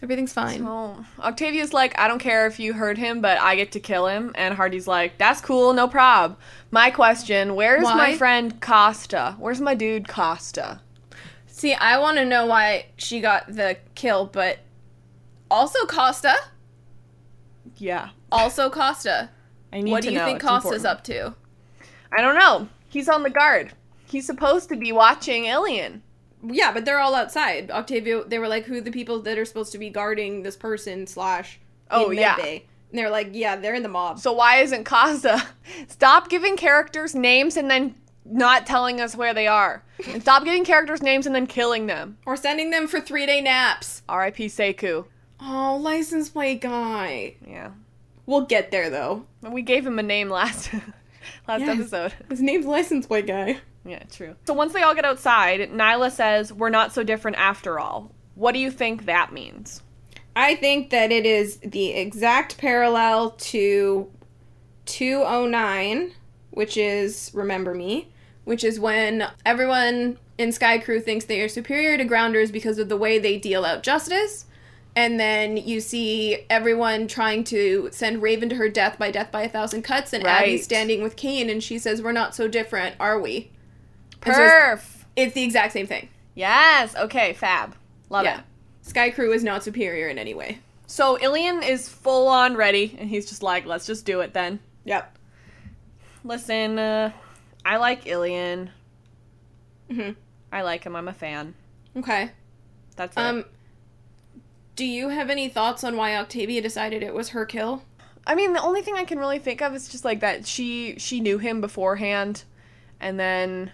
Speaker 1: Everything's fine.
Speaker 2: Well, Octavia's like, I don't care if you hurt him, but I get to kill him. And Hardy's like, that's cool, no prob. My question, where's my
Speaker 1: Why?
Speaker 2: friend Costa? Where's my dude Costa?
Speaker 1: See, I want to know why she got the kill, but also Costa.
Speaker 2: Yeah.
Speaker 1: Also Costa.
Speaker 2: I need
Speaker 1: What
Speaker 2: to
Speaker 1: do you
Speaker 2: know.
Speaker 1: think
Speaker 2: It's
Speaker 1: Costa's
Speaker 2: important.
Speaker 1: up to?
Speaker 2: I don't know. He's on the guard. He's supposed to be watching Ilian.
Speaker 1: Yeah, but they're all outside. Octavio, they were like, who are the people that are supposed to be guarding this person slash
Speaker 2: Oh,
Speaker 1: in
Speaker 2: yeah.
Speaker 1: Medbay? And they're like, yeah, they're in the mob.
Speaker 2: So why isn't Costa? Stop giving characters names and then not telling us where they are. And stop giving characters names and then killing them.
Speaker 1: Or sending them for three day naps.
Speaker 2: R.I.P. Seku.
Speaker 1: Oh, license plate guy.
Speaker 2: Yeah.
Speaker 1: We'll get there though.
Speaker 2: We gave him a name last last
Speaker 1: Yes.
Speaker 2: episode.
Speaker 1: His name's license plate guy.
Speaker 2: Yeah, true. So once they all get outside, Nyla says, We're not so different after all. What do you think that means?
Speaker 1: I think that it is the exact parallel to 209 which is Remember Me, which is when everyone in Sky Crew thinks they are superior to grounders because of the way they deal out justice. And then you see everyone trying to send Raven to her death by death by a thousand cuts, and
Speaker 2: Right.
Speaker 1: Abby's standing with Kane, and she says, "We're not so different, are we?" And so it's-
Speaker 2: Perf.
Speaker 1: It's the exact same thing.
Speaker 2: Yes. Okay. Fab. Love
Speaker 1: yeah,
Speaker 2: it.
Speaker 1: Sky Crew is not superior in any way.
Speaker 2: So Ilian is full on ready, and he's just like, "Let's just do it then."
Speaker 1: Yep.
Speaker 2: Listen, uh, I like Ilian.
Speaker 1: Mhm.
Speaker 2: I like him. I'm a fan.
Speaker 1: Okay.
Speaker 2: That's it.
Speaker 1: Um, do you have any thoughts on why Octavia decided it was her kill?
Speaker 2: I mean, the only thing I can really think of is just like that she she knew him beforehand, and then,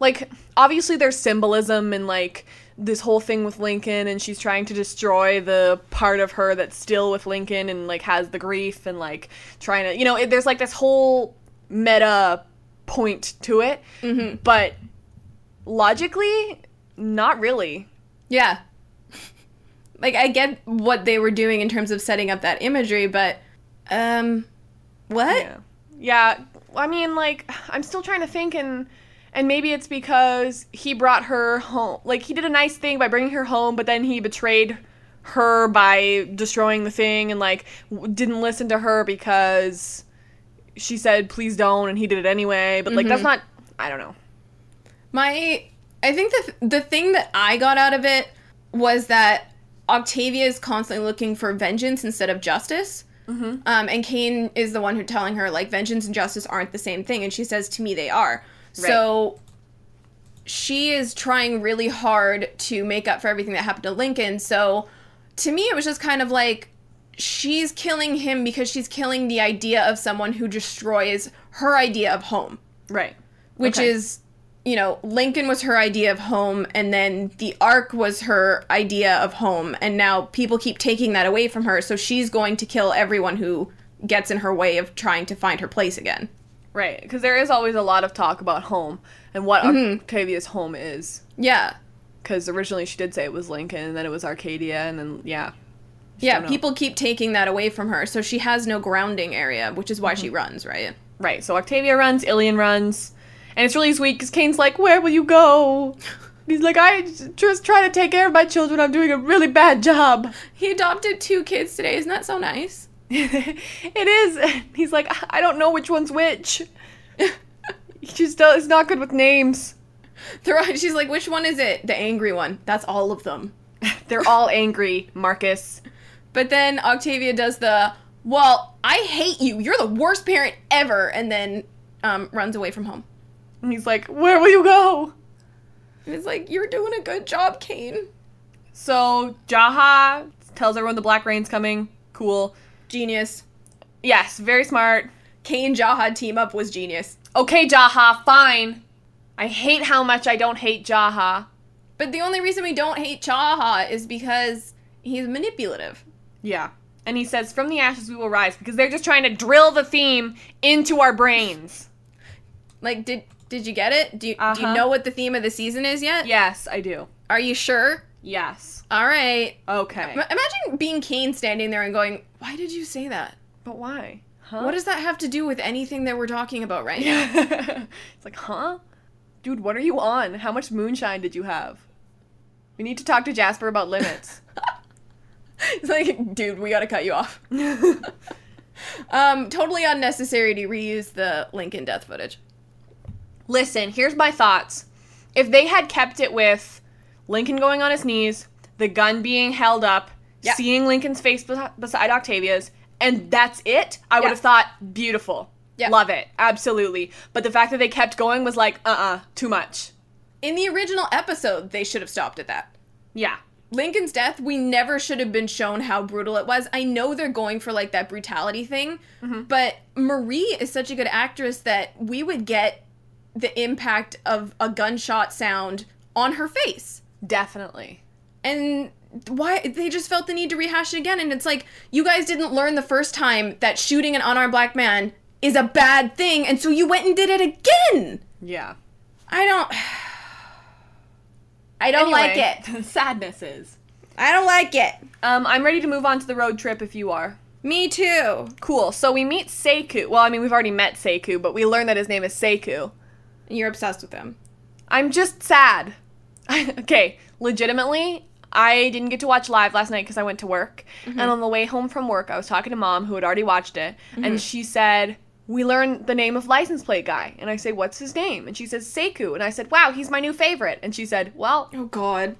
Speaker 2: like, obviously there's symbolism and like this whole thing with Lincoln, and she's trying to destroy the part of her that's still with Lincoln and like has the grief and like trying to, you know, it, there's like this whole meta point to it,
Speaker 1: Mm-hmm.
Speaker 2: but logically, not really.
Speaker 1: Yeah. like I get what they were doing in terms of setting up that imagery, but um what?
Speaker 2: Yeah. Yeah. I mean, like, I'm still trying to think, and and maybe it's because he brought her home. Like, he did a nice thing by bringing her home, but then he betrayed her by destroying the thing, and like w- didn't listen to her because she said please don't, and he did it anyway. But like, that's not.
Speaker 1: Mm-hmm.
Speaker 2: I don't know.
Speaker 1: My I think the th- the thing that I got out of it was that Octavia is constantly looking for vengeance instead of justice.
Speaker 2: Mhm.
Speaker 1: Um, and Cain is the one who telling her like vengeance and justice aren't the same thing, and she says to me they are. So she is trying really hard to make up for everything that happened to Lincoln. So to me, it was just kind of like she's killing him because she's killing the idea of someone who destroys her idea of home
Speaker 2: Right.
Speaker 1: which
Speaker 2: Okay.
Speaker 1: is you know lincoln was her idea of home and then the ark was her idea of home and now people keep taking that away from her so she's going to kill everyone who gets in her way of trying to find her place again
Speaker 2: Right. Because there is always a lot of talk about home and what
Speaker 1: Mm-hmm.
Speaker 2: Octavia's home is.
Speaker 1: yeah
Speaker 2: Because originally she did say it was Lincoln, and then it was Arcadia, and then yeah.
Speaker 1: yeah
Speaker 2: don't know.
Speaker 1: people keep taking that away from her so she has no grounding area which is why she runs right
Speaker 2: Right. So Octavia runs, Ilian runs, and it's really sweet because Kane's like, "Where will you go?" He's like, "I j- just try to take care of my children. I'm doing a really bad job."
Speaker 1: he adopted two kids today isn't that so nice
Speaker 2: it is. He's like, "I- "I don't know which one's which." He just does, is not good with names.
Speaker 1: They're all- she's like which one is it the angry one that's all of them
Speaker 2: They're all angry, Marcus.
Speaker 1: But then Octavia does the, well, I hate you. You're the worst parent ever. And then um, runs away from home.
Speaker 2: And he's like, "Where will you go?"
Speaker 1: And it's like, you're doing a good job, Kane.
Speaker 2: So Jaha tells everyone the Black Rain's coming. Cool.
Speaker 1: Genius.
Speaker 2: Yes, very smart.
Speaker 1: Kane Jaha team up was genius.
Speaker 2: Okay, Jaha, fine. I hate how much I don't hate Jaha.
Speaker 1: But the only reason we don't hate Jaha is because he's manipulative.
Speaker 2: Yeah. And he says, From the ashes we will rise, because they're just trying to drill the theme into our brains.
Speaker 1: Like, did did you get it? Do you, do
Speaker 2: Uh-huh.
Speaker 1: you know what the theme of the season is yet?
Speaker 2: yes, I do.
Speaker 1: Are you sure?
Speaker 2: Yes.
Speaker 1: All right.
Speaker 2: Okay.
Speaker 1: Ma- imagine being Kane standing there and going, why did you say that?
Speaker 2: But why? Huh?
Speaker 1: What does that have to do with anything that we're talking about right now?
Speaker 2: it's like, huh? Dude, what are you on? How much moonshine did you have? We need to talk to Jasper about limits.
Speaker 1: It's like, dude, we gotta cut you off. um, totally unnecessary to reuse the Lincoln death footage.
Speaker 2: Listen, here's my thoughts. If they had kept it with Lincoln going on his knees, the gun being held up,
Speaker 1: Yeah.
Speaker 2: seeing Lincoln's face bes- beside Octavia's, and that's it, I would
Speaker 1: Yeah.
Speaker 2: have thought beautiful.
Speaker 1: Yeah.
Speaker 2: Love it. Absolutely. But the fact that they kept going was like, uh uh too much.
Speaker 1: In the original episode, they should have stopped at that.
Speaker 2: Yeah.
Speaker 1: Lincoln's death, we never should have been shown how brutal it was. I know they're going for like that brutality thing, but Marie is such a good actress that we would get the impact of a gunshot sound on her face.
Speaker 2: Definitely.
Speaker 1: and why they just felt the need to rehash it again and it's like you guys didn't learn the first time that shooting an unarmed black man is a bad thing and so you went and did it again
Speaker 2: Yeah.
Speaker 1: i don't i don't like it
Speaker 2: Sadnesses.
Speaker 1: i don't like it
Speaker 2: Um, I'm ready to move on to the road trip if you are.
Speaker 1: Me too.
Speaker 2: Cool. So we meet Seiku. Well, I mean, we've already met Seiku, but we learn that his name is Seiku.
Speaker 1: You're obsessed with him.
Speaker 2: I'm just sad. okay, legitimately, I didn't get to watch live last night because I went to work. And on the way home from work, I was talking to mom who had already watched it, and she said, "We learned the name of license plate guy." And I say, "What's his name?" And she says, "Seiku." And I said, "Wow, he's my new favorite." And she said, "Well,"
Speaker 1: Oh God.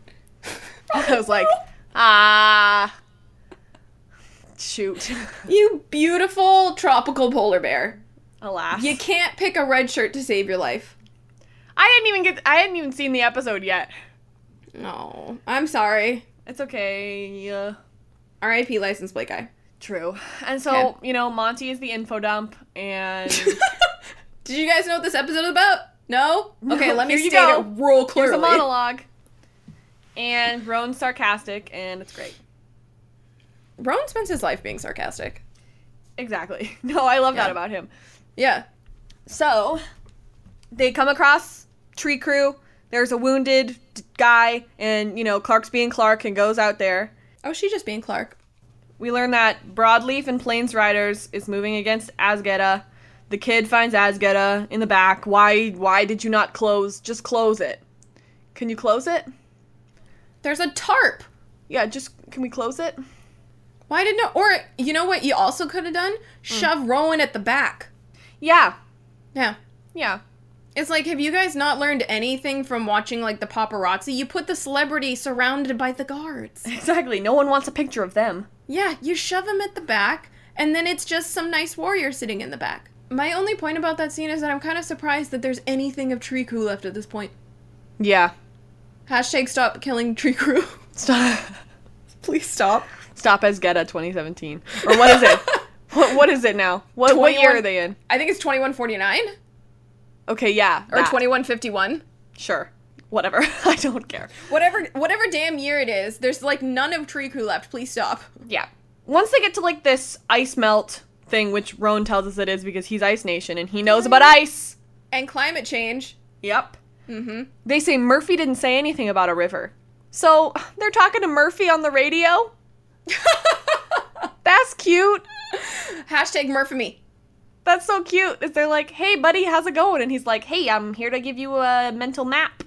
Speaker 2: I was like, "Ah, shoot,
Speaker 1: you beautiful tropical polar bear.
Speaker 2: alas."
Speaker 1: You can't pick a red shirt to save your life.
Speaker 2: I hadn't even get. I hadn't even seen the episode yet.
Speaker 1: No, I'm sorry.
Speaker 2: It's okay. Yeah.
Speaker 1: R.I.P. License plate guy.
Speaker 2: True. And so
Speaker 1: Okay.
Speaker 2: you know, Monty is the info dump, and
Speaker 1: Did you guys know what this episode is about? No? Okay,
Speaker 2: No,
Speaker 1: let me
Speaker 2: here you
Speaker 1: state
Speaker 2: go.
Speaker 1: it real clearly.
Speaker 2: there's a monologue, and Roan's sarcastic, and it's great.
Speaker 1: Rowan spends his life being sarcastic.
Speaker 2: Exactly. No, I love that
Speaker 1: Yeah.
Speaker 2: about him.
Speaker 1: Yeah.
Speaker 2: So they come across Tree Crew. There's a wounded d- guy, and you know Clark's being Clark and goes out there.
Speaker 1: Oh, she just being Clark.
Speaker 2: We learn that Broadleaf and Plains Riders is moving against Asgeta. The kid finds Asgeta in the back. Why? Why did you not close? Just close it. Can you close it?
Speaker 1: There's a tarp.
Speaker 2: Yeah, just can we close it?
Speaker 1: Why did no or you know what you also could have done?
Speaker 2: Hmm.
Speaker 1: Shove Rowan at the back.
Speaker 2: Yeah,
Speaker 1: Yeah.
Speaker 2: yeah.
Speaker 1: It's like, have you guys not learned anything from watching like the paparazzi? You put the celebrity surrounded by the guards.
Speaker 2: Exactly. No one wants a picture of them.
Speaker 1: Yeah, you shove him at the back, and then it's just some nice warrior sitting in the back. My only point about that scene is that I'm kind of surprised that there's anything of Tree Crew left at this point.
Speaker 2: Yeah.
Speaker 1: Hashtag stop killing Tree Crew.
Speaker 2: Stop.
Speaker 1: Please stop.
Speaker 2: Stop as Geta 2017. Or what is it? what What is it now? What What year
Speaker 1: 21
Speaker 2: are they in?
Speaker 1: I think it's 2149
Speaker 2: Okay, yeah.
Speaker 1: or
Speaker 2: that.
Speaker 1: 2151.
Speaker 2: Sure. Whatever. I don't care.
Speaker 1: Whatever, whatever damn year it is, there's like none of Tree Crew left. Please stop.
Speaker 2: Yeah. Once they get to like this ice melt thing, which Roan tells us it is because he's Ice Nation and he knows about ice.
Speaker 1: And climate change.
Speaker 2: Yep.
Speaker 1: Mm-hmm.
Speaker 2: They say Murphy didn't say anything about a river. So they're talking to Murphy on the radio. That's cute.
Speaker 1: Hashtag Murph me.
Speaker 2: That's so cute. Is they're like, "Hey, buddy, how's it going?" And he's like, "Hey, I'm here to give you a mental map.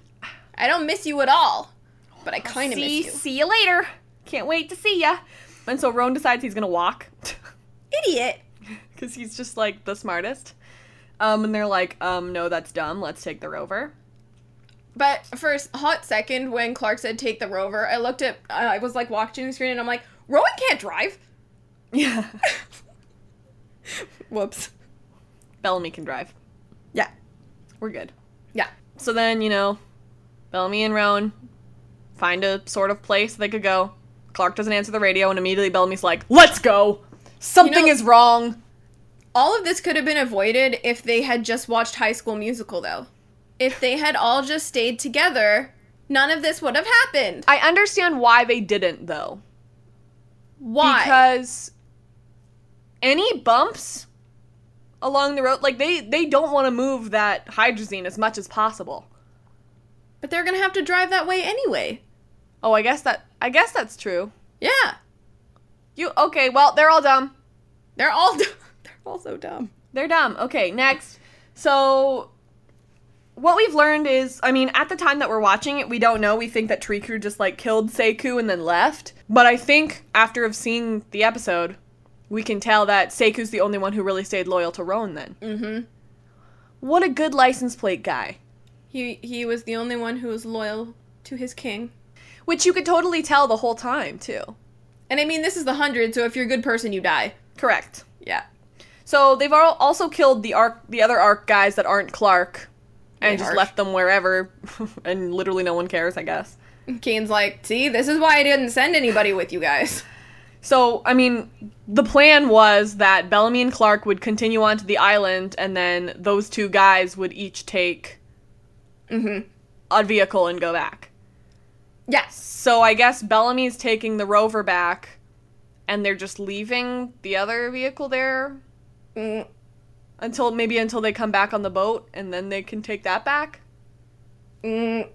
Speaker 1: I don't miss you at all, but I kind of
Speaker 2: see,
Speaker 1: miss you.
Speaker 2: see you later. Can't wait to see ya." And so Roan decides he's gonna walk
Speaker 1: Idiot.
Speaker 2: because he's just like the smartest. Um, and they're like, "Um, no, that's dumb. Let's take the rover."
Speaker 1: But first, hot second, when Clark said take the rover, I looked at, I was like watching the screen and I'm like, Rowan can't drive.
Speaker 2: Yeah,
Speaker 1: Whoops.
Speaker 2: Bellamy can drive.
Speaker 1: Yeah.
Speaker 2: We're good.
Speaker 1: Yeah.
Speaker 2: So then you know, Bellamy and Roan find a sort of place they could go. Clark doesn't answer the radio, and immediately Bellamy's like, "Let's go. Something is wrong."
Speaker 1: All of this could have been avoided if they had just watched High School Musical, though. If they had all just stayed together, none of this would have happened.
Speaker 2: I understand why they didn't though.
Speaker 1: Why?
Speaker 2: Because any bumps along the road, like they they don't want to move that hydrazine as much as possible.
Speaker 1: but they're gonna have to drive that way anyway.
Speaker 2: Oh, I guess that I guess that's true.
Speaker 1: Yeah.
Speaker 2: You okay? Well, they're all dumb.
Speaker 1: They're all they're all so dumb.
Speaker 2: They're dumb. Okay, next. So what we've learned is, I mean, at the time that we're watching it, we don't know. We think that Triku just like killed Seiku and then left. But I think after of seeing the episode, we can tell that Seiku's the only one who really stayed loyal to Roan then.
Speaker 1: Mm-hmm.
Speaker 2: What a good license plate guy.
Speaker 1: He he was the only one who was loyal to his king.
Speaker 2: Which you could totally tell the whole time, too.
Speaker 1: And I mean this is the hundred, so if you're a good person you die.
Speaker 2: Correct.
Speaker 1: Yeah.
Speaker 2: So they've all also killed the arc the other arc guys that aren't Clark and
Speaker 1: Way
Speaker 2: just
Speaker 1: harsh.
Speaker 2: left them wherever and literally no one cares, I guess.
Speaker 1: Kane's like, see, this is why I didn't send anybody with you guys.
Speaker 2: So, I mean, the plan was that Bellamy and Clark would continue on to the island, and then those two guys would each take
Speaker 1: Mm-hmm.
Speaker 2: a vehicle and go back.
Speaker 1: Yes.
Speaker 2: So, I guess Bellamy's taking the rover back, and they're just leaving the other vehicle there
Speaker 1: Mm,
Speaker 2: until maybe until they come back on the boat, and then they can take that back.
Speaker 1: mm.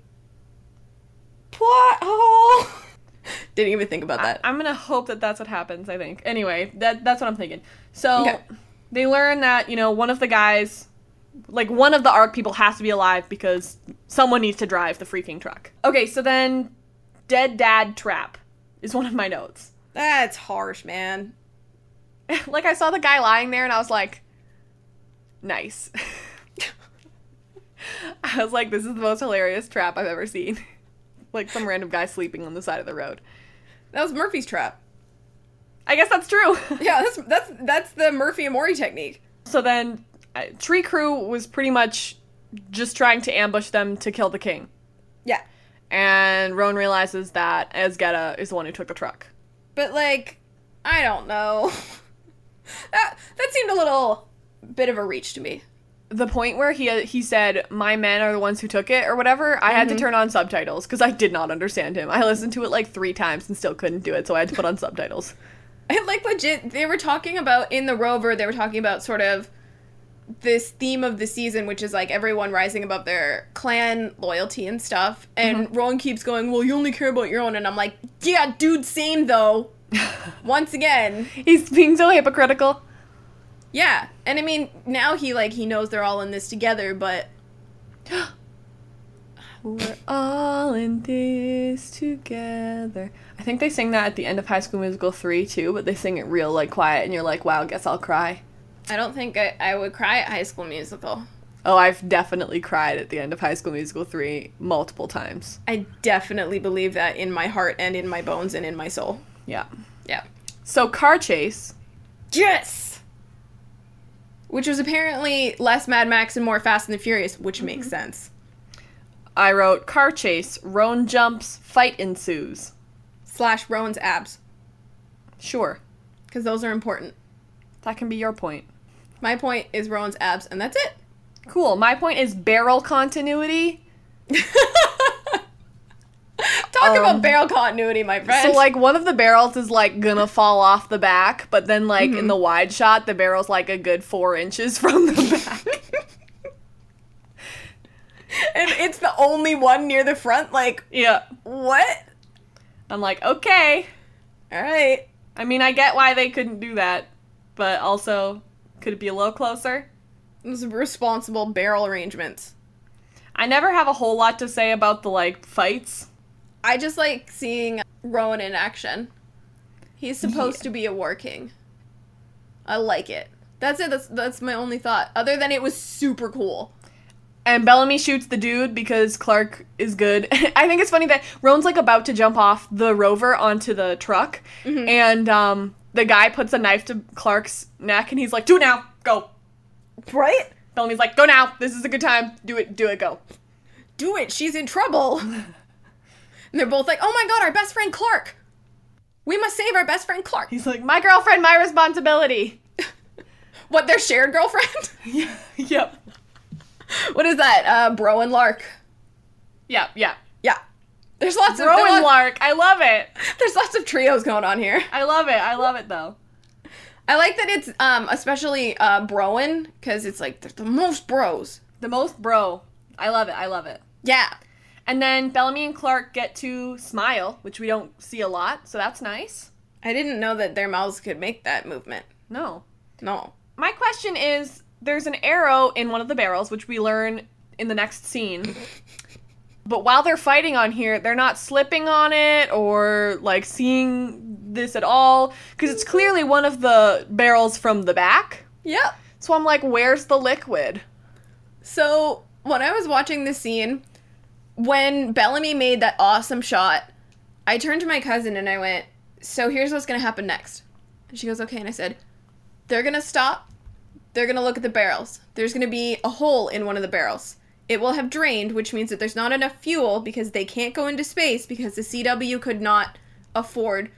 Speaker 1: Plot hole. Didn't even think about that.
Speaker 2: I, am gonna hope that that's what happens. I think. Anyway, that that's what I'm thinking. So
Speaker 1: Okay.
Speaker 2: they learn that you know one of the guys, like one of the arc people, has to be alive because someone needs to drive the freaking truck. Okay, so then, dead dad trap is one of my notes.
Speaker 1: That's harsh, man.
Speaker 2: like I saw the guy lying there and I was like, nice. I was like, this is the most hilarious trap I've ever seen. like some random guy sleeping on the side of the road.
Speaker 1: That was Murphy's trap.
Speaker 2: I guess that's true.
Speaker 1: Yeah, that's that's that's the Murphy and Mori technique.
Speaker 2: so then, uh, Tree Crew was pretty much just trying to ambush them to kill the king.
Speaker 1: Yeah.
Speaker 2: And Roan realizes that Ezgeta is the one who took the truck.
Speaker 1: But like, I don't know. that that seemed a little bit of a reach to me.
Speaker 2: The point where he uh, he said, "My men are the ones who took it" or whatever, I had to turn on subtitles because I did not understand him. I listened to it like three times and still couldn't do it, so I had to put on subtitles.
Speaker 1: And like legit, they were talking about in the rover. They were talking about sort of this theme of the season, which is like everyone rising above their clan loyalty and stuff. And Rowan keeps going, "Well, you only care about your own," and I'm like, "Yeah, dude, same though." Once again,
Speaker 2: He's being so hypocritical.
Speaker 1: yeah. And I mean, now he like he knows they're all in this together, but
Speaker 2: We're all in this together. I think they sing that at the end of High School Musical three too, but they sing it real like quiet, and you're like, "Wow, guess I'll cry."
Speaker 1: I don't think I, I would cry at High School Musical.
Speaker 2: Oh, I've definitely cried at the end of High School Musical three multiple times.
Speaker 1: I definitely believe that in my heart and in my bones and in my soul.
Speaker 2: Yeah.
Speaker 1: Yeah.
Speaker 2: So car chase.
Speaker 1: Yes! Which was apparently less Mad Max and more Fast and the Furious, which makes
Speaker 2: Mm-hmm.
Speaker 1: sense.
Speaker 2: I wrote car chase. Roan jumps. Fight ensues.
Speaker 1: Slash Rowan's abs,
Speaker 2: Sure.
Speaker 1: because those are important.
Speaker 2: That can be your point.
Speaker 1: My point is Rowan's abs, and that's it.
Speaker 2: Cool. My point is barrel continuity.
Speaker 1: Talk about
Speaker 2: Um,
Speaker 1: barrel continuity, my friend.
Speaker 2: So like one of the barrels is like gonna fall off the back, but then like in the wide shot, the barrel's like a good four inches from the back.
Speaker 1: and it's the only one near the front. Like,
Speaker 2: yeah.
Speaker 1: what?
Speaker 2: I'm like, okay.
Speaker 1: All right.
Speaker 2: I mean, I get why they couldn't do that, but also could it be a little closer?
Speaker 1: This is responsible barrel arrangements.
Speaker 2: I never have a whole lot to say about the like fights.
Speaker 1: I just like seeing Rowan in action. He's supposed to be a war king. I like it. That's it. That's that's my only thought. Other than it was super cool.
Speaker 2: And Bellamy shoots the dude because Clark is good. I think it's funny that Roan's like about to jump off the rover onto the truck, and um, the guy puts a knife to Clark's neck, and he's like, "Do it now, go."
Speaker 1: Right?
Speaker 2: Bellamy's like, "Go now. This is a good time. Do it. Do it. Go."
Speaker 1: Do it. She's in trouble. and they're both like, "Oh my god, our best friend Clark. We must save our best friend Clark."
Speaker 2: He's like, "My girlfriend, my responsibility."
Speaker 1: What their shared girlfriend?
Speaker 2: yep.
Speaker 1: what is that? Uh, Bro and Lark.
Speaker 2: Yep. Yep.
Speaker 1: Yeah. There's lots of
Speaker 2: Rowan
Speaker 1: there's lots,
Speaker 2: Lark. I love it.
Speaker 1: there's lots of trios going on here.
Speaker 2: I love it. I love it though.
Speaker 1: I like that it's um especially uh Broen because it's like they're the most bros.
Speaker 2: The most bro. I love it. I love it.
Speaker 1: Yeah.
Speaker 2: And then Bellamy and Clark get to smile, which we don't see a lot, so that's nice.
Speaker 1: I didn't know that their mouths could make that movement.
Speaker 2: No.
Speaker 1: No.
Speaker 2: My question is there's an arrow in one of the barrels, which we learn in the next scene. but while they're fighting on here, they're not slipping on it or like seeing this at all because it's clearly one of the barrels from the back.
Speaker 1: Yep.
Speaker 2: So I'm like, where's the liquid?
Speaker 1: So when I was watching this scene, when Bellamy made that awesome shot, I turned to my cousin and I went, So here's what's gonna happen next. And she goes, Okay, and I said, They're gonna stop, they're gonna look at the barrels. There's gonna be a hole in one of the barrels. It will have drained, which means that there's not enough fuel because they can't go into space because the CW could not afford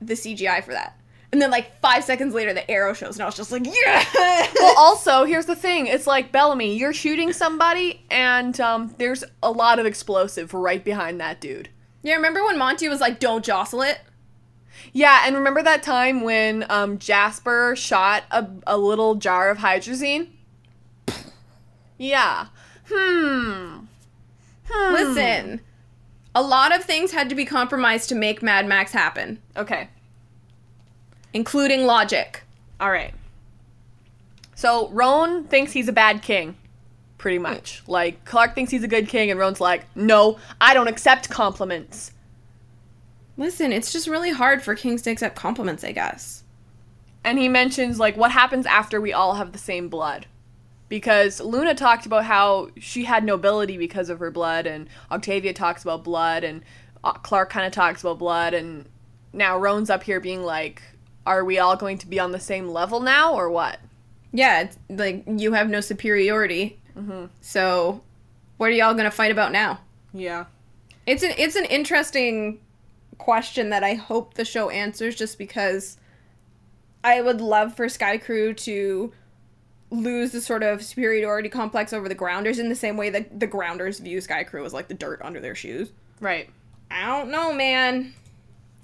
Speaker 1: the CGI for that. And then like five seconds later the arrow shows and I was just like, Yeah
Speaker 2: well, also, here's the thing. It's like Bellamy, you're shooting somebody, and um, there's a lot of explosive right behind that dude.
Speaker 1: Yeah, remember when Monty was like, Don't jostle it?
Speaker 2: Yeah, and remember that time when um, Jasper shot a, a little jar of hydrazine? Yeah. Hmm. hmm.
Speaker 1: Listen, A lot of things had to be compromised to make Mad Max happen,
Speaker 2: Okay.
Speaker 1: including logic.
Speaker 2: All right. So Roan thinks he's a bad king, pretty much. Like Clark thinks he's a good king, and Roan's like, "No, I don't accept compliments."
Speaker 1: Listen, it's just really hard for kings to accept compliments, I guess.
Speaker 2: And he mentions like what happens after we all have the same blood, because Luna talked about how she had nobility because of her blood, and Octavia talks about blood, and uh, Clark kind of talks about blood, and now Roan's up here being like, "Are we all going to be on the same level now, or what?"
Speaker 1: Yeah, it's like you have no superiority. So, what are y'all gonna fight about now?
Speaker 2: Yeah.
Speaker 1: It's an it's an interesting question that I hope the show answers just because I would love for Sky Crew to lose the sort of superiority complex over the grounders in the same way that the grounders view Sky Crew as like the dirt under their shoes.
Speaker 2: Right.
Speaker 1: I don't know, man.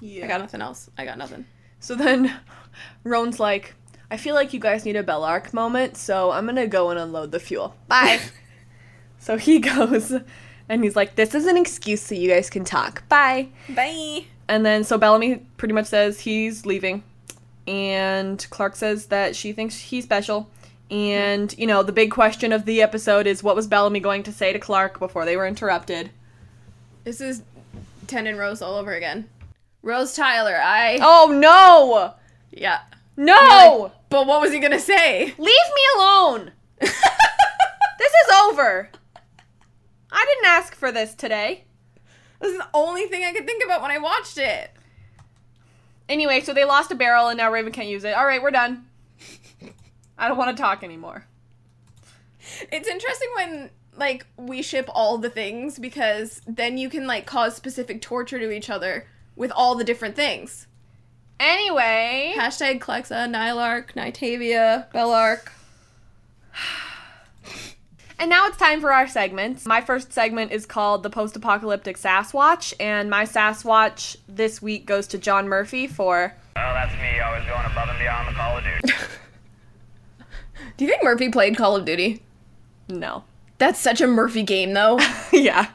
Speaker 2: Yeah.
Speaker 1: I got nothing else. I got nothing.
Speaker 2: So then Roan's like, I feel like you guys need a Bellark moment, so I'm gonna go and unload the fuel. Bye. so he goes and he's like, This is an excuse so you guys can talk. Bye.
Speaker 1: Bye.
Speaker 2: And then so Bellamy pretty much says he's leaving. And Clark says that she thinks he's special. And, you know, the big question of the episode is what was Bellamy going to say to Clark before they were interrupted?
Speaker 1: This is Ten and Rose all over again. Rose Tyler, I
Speaker 2: Oh no!
Speaker 1: yeah.
Speaker 2: No!
Speaker 1: But what was he gonna say?
Speaker 2: Leave me alone! This is over. I didn't ask for this today.
Speaker 1: This is the only thing I could think about when I watched it.
Speaker 2: Anyway, so they lost a barrel and now Raven can't use it. All right, we're done. I don't want to talk anymore.
Speaker 1: It's interesting when like we ship all the things because then you can like cause specific torture to each other with all the different things.
Speaker 2: Anyway,
Speaker 1: Hashtag Clexa, Nylark, Nitavia, Bellark.
Speaker 2: and now it's time for our segments. My first segment is called the Post Apocalyptic Sasquatch, and my Sasquatch this week goes to John Murphy for.
Speaker 3: Well, Oh, that's me always going above and beyond the Call of Duty.
Speaker 1: Do you think Murphy played Call of Duty?
Speaker 2: No.
Speaker 1: That's such a Murphy game though.
Speaker 2: yeah.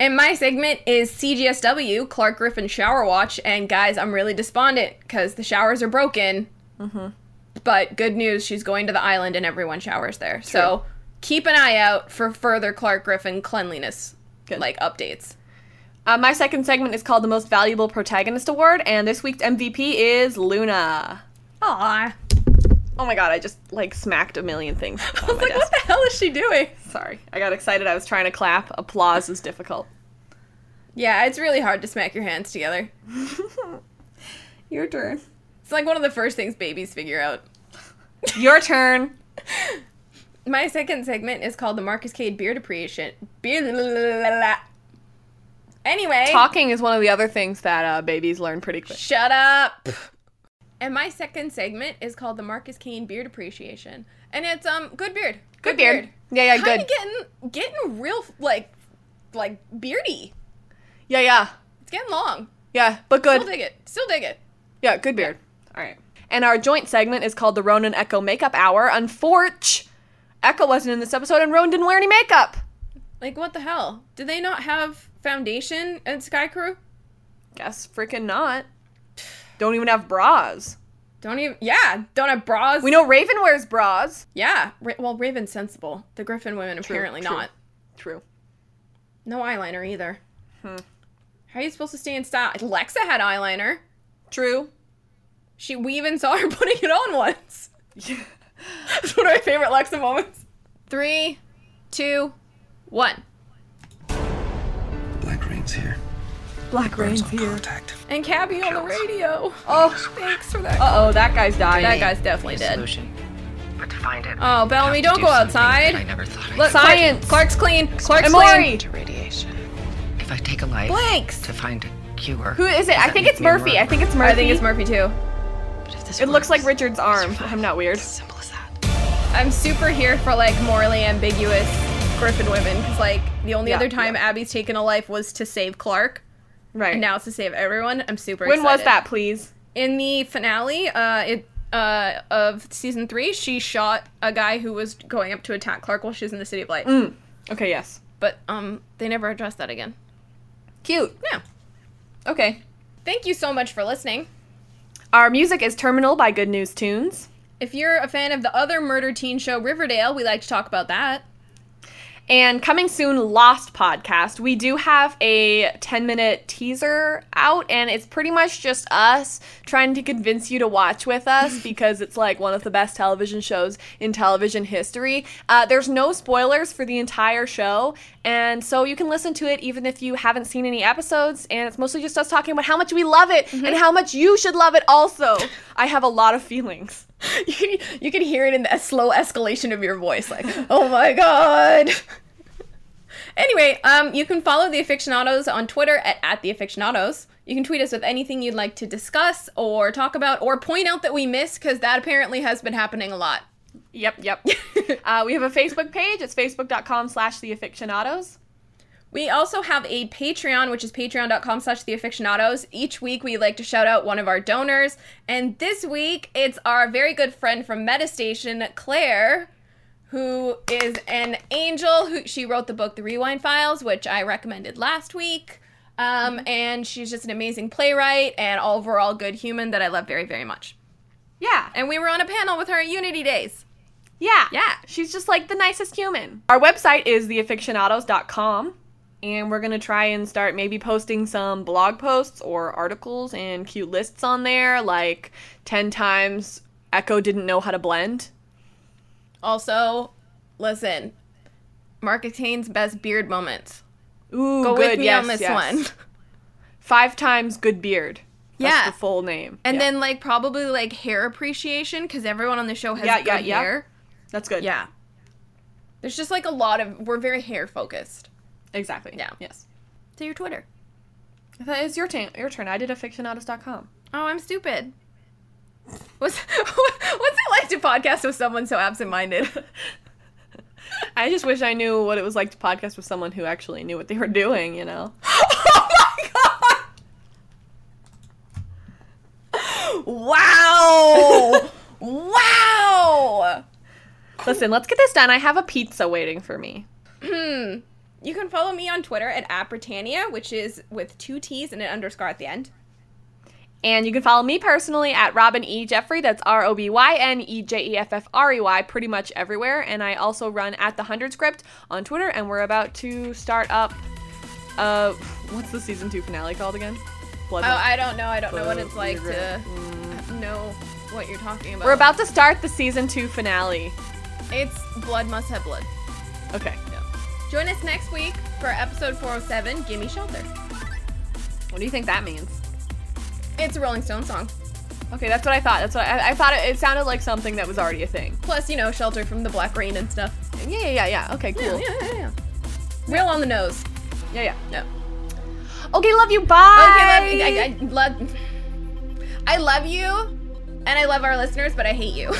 Speaker 1: And my segment is CGSW, Clark Griffin Shower Watch. And guys, I'm really despondent because the showers are broken. Mm-hmm. But good news, she's going to the island and everyone showers there. So keep an eye out for further Clark Griffin cleanliness
Speaker 2: Good.
Speaker 1: like updates.
Speaker 2: Uh, my second segment is called the Most Valuable Protagonist Award, and this week's MVP is Luna.
Speaker 1: Aww.
Speaker 2: Oh my god, I just like smacked a million things.
Speaker 1: I
Speaker 2: on
Speaker 1: was
Speaker 2: my
Speaker 1: like,
Speaker 2: desk.
Speaker 1: what the hell is she doing?
Speaker 2: Sorry, I got excited. I was trying to clap. Applause is difficult.
Speaker 1: Yeah, it's really hard to smack your hands together.
Speaker 2: Your turn.
Speaker 1: It's like one of the first things babies figure out.
Speaker 2: Your turn.
Speaker 1: My second segment is called the Marcus Cade Beard Appreciation. Beard. Anyway.
Speaker 2: Talking is one of the other things that uh, babies learn pretty quick.
Speaker 1: Shut up. And my second segment is called the Marcus Kane Beard Appreciation, and it's um good beard,
Speaker 2: Good beard. Yeah, yeah,
Speaker 1: Kinda
Speaker 2: good.
Speaker 1: getting getting real like like beardy.
Speaker 2: yeah, yeah,
Speaker 1: It's getting long.
Speaker 2: yeah, but
Speaker 1: Still
Speaker 2: good.
Speaker 1: dig it. Still dig it.
Speaker 2: Yeah, good beard. All right. And our joint segment is called the Ronan Echo Makeup Hour. Unfortunately, Echo wasn't in this episode, and Ronan didn't wear any makeup.
Speaker 1: Like what the hell? Do they not have foundation at Sky Crew?
Speaker 2: Guess freaking not. Don't even have bras.
Speaker 1: Don't even. Yeah, don't have bras.
Speaker 2: We know Raven wears bras.
Speaker 1: Yeah. Ra- well, Raven's sensible. The Griffin women apparently
Speaker 2: true.
Speaker 1: not.
Speaker 2: True.
Speaker 1: No eyeliner either.
Speaker 2: Hmm.
Speaker 1: How are you supposed to stay in style? Lexa had eyeliner.
Speaker 2: True.
Speaker 1: She we even saw her putting it on once. It's one of my favorite Lexa moments. Three, two, one.
Speaker 4: Black Rain's here.
Speaker 2: Black Rain's here.
Speaker 4: Contact.
Speaker 1: And Cabby on the radio.
Speaker 2: Oh,
Speaker 1: Thanks for that.
Speaker 2: uh oh, that guy's dying.
Speaker 1: that guy's definitely dead.
Speaker 5: solution. But to find it,
Speaker 1: Oh, Bellamy, don't go
Speaker 5: I
Speaker 1: outside.
Speaker 5: never thought I'd
Speaker 1: Look, Clark-
Speaker 2: Science.
Speaker 1: Clark's clean. Clark's
Speaker 2: Emory.
Speaker 1: clean.
Speaker 5: to radiation. If I take a life
Speaker 1: Blanks.
Speaker 5: to find a cure,
Speaker 2: Who is it? I think it's Murphy. I think it's Murphy.
Speaker 1: I think it's Murphy too.
Speaker 5: but if this
Speaker 2: It looks like
Speaker 5: works,
Speaker 2: Richard's arm. I'm not weird.
Speaker 5: it's simple as that.
Speaker 1: I'm super here for like morally ambiguous Griffin women because like the only
Speaker 2: Yeah,
Speaker 1: other time
Speaker 2: yeah.
Speaker 1: Abby's taken a life was to save Clark,
Speaker 2: Right.
Speaker 1: and now it's to save everyone. I'm super.
Speaker 2: when was
Speaker 1: excited.
Speaker 2: that, please?
Speaker 1: in the finale uh, it, uh, of
Speaker 2: Mm.
Speaker 1: season three, she shot a guy who was going up to attack Clark while she was in the City of Light.
Speaker 2: Okay, yes.
Speaker 1: But um, they never addressed that again.
Speaker 2: Cute.
Speaker 1: No.
Speaker 2: Okay.
Speaker 1: Thank you so much for listening.
Speaker 2: Our music is Terminal by Good News Tunes.
Speaker 1: If you're a fan of the other murder teen show Riverdale, we like to talk about that.
Speaker 2: And coming soon, Lost Podcast. We do have a 10 minute teaser out, and it's pretty much just us trying to convince you to watch with us because it's like one of the best television shows in television history. Uh, there's no spoilers for the entire show, and so you can listen to it even if you haven't seen any episodes. And it's mostly just us talking about how much we love it and how much you should love it also. I have a lot of feelings.
Speaker 1: You can, you can hear it in the slow escalation of your voice, like, oh my god. anyway, um, you can follow the Aficionados on Twitter at, at the Aficionados. You can tweet us with anything you'd like to discuss or talk about or point out that we miss, because that apparently has been happening a lot.
Speaker 2: Yep, yep. uh, we have a Facebook page. It's facebook.com slash the aficionados.
Speaker 1: We also have a Patreon, which is patreon.com slash the aficionados. Each week we like to shout out one of our donors. And this week it's our very good friend from Metastation, Claire, who is an angel. Who she wrote the book The Rewind Files, which I recommended last week. Um,
Speaker 2: Mm-hmm.
Speaker 1: and she's just an amazing playwright and overall good human that I love very, very much.
Speaker 2: Yeah.
Speaker 1: And we were on a panel with her at Unity Days.
Speaker 2: Yeah.
Speaker 1: Yeah.
Speaker 2: She's just like the nicest human. Our website is theaficionados.com. And we're going to try and start maybe posting some blog posts or articles and cute lists on there, like 10 times Echo didn't know how to blend.
Speaker 1: Also, listen, Marcatane's best beard moments.
Speaker 2: Ooh,
Speaker 1: Go
Speaker 2: good.
Speaker 1: with me
Speaker 2: yes,
Speaker 1: on this
Speaker 2: yes.
Speaker 1: one.
Speaker 2: Five times good beard. That's
Speaker 1: Yeah.
Speaker 2: the full name.
Speaker 1: And
Speaker 2: Yeah.
Speaker 1: then like probably like hair appreciation because everyone on the show has
Speaker 2: Yeah,
Speaker 1: good
Speaker 2: yeah, yeah.
Speaker 1: hair.
Speaker 2: that's good.
Speaker 1: Yeah. There's just like a lot of we're very hair focused.
Speaker 2: Exactly.
Speaker 1: Yeah.
Speaker 2: Yes.
Speaker 1: To your Twitter.
Speaker 2: That is your turn. Your turn. I did aficionados.com.
Speaker 1: Oh, I'm stupid. What's what's it like to podcast with someone so absent-minded?
Speaker 2: I just wish I knew what it was like to podcast with someone who actually knew what they were doing, you know?
Speaker 1: oh my god! Wow! wow!
Speaker 2: Listen, let's get this done. I have a pizza waiting for me.
Speaker 1: Hmm. You can follow me on Twitter at, at Britannia, which is with two T's and an underscore at the end.
Speaker 2: And you can follow me personally at Robin E. Jeffrey. That's R O B Y N E J E F F R E Y, pretty much everywhere. And I also run at the Hundred Script on Twitter. And we're about to start up. Uh, what's the season two finale called again? Blood.
Speaker 1: Oh,
Speaker 2: Moon.
Speaker 1: I don't know. I don't know what
Speaker 2: Blood
Speaker 1: it's like
Speaker 2: Moon.
Speaker 1: to know what you're talking about.
Speaker 2: We're about to start the season two finale.
Speaker 1: It's blood must have blood.
Speaker 2: Okay.
Speaker 1: Join us next week for episode 407, Gimme Shelter.
Speaker 2: What do you think that means?
Speaker 1: It's a Rolling Stone song.
Speaker 2: Okay, that's what I thought. That's what I, I thought. It, it sounded like something that was already a thing.
Speaker 1: Plus, you know, shelter from the black rain and stuff.
Speaker 2: Yeah, yeah, yeah, yeah. Okay,
Speaker 1: Yeah,
Speaker 2: cool.
Speaker 1: yeah, yeah, yeah. Real on the nose.
Speaker 2: Yeah, yeah.
Speaker 1: No.
Speaker 2: Okay, love you. Bye.
Speaker 1: Okay, love, I, I love. I love you, and I love our listeners, but I hate you.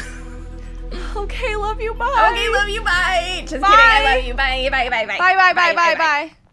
Speaker 2: okay, love you. Bye.
Speaker 1: okay, love you. Bye. Just kidding. I
Speaker 2: Bye.
Speaker 1: love you. Bye. Bye. Bye. Bye.
Speaker 2: Bye, bye, bye, bye, bye.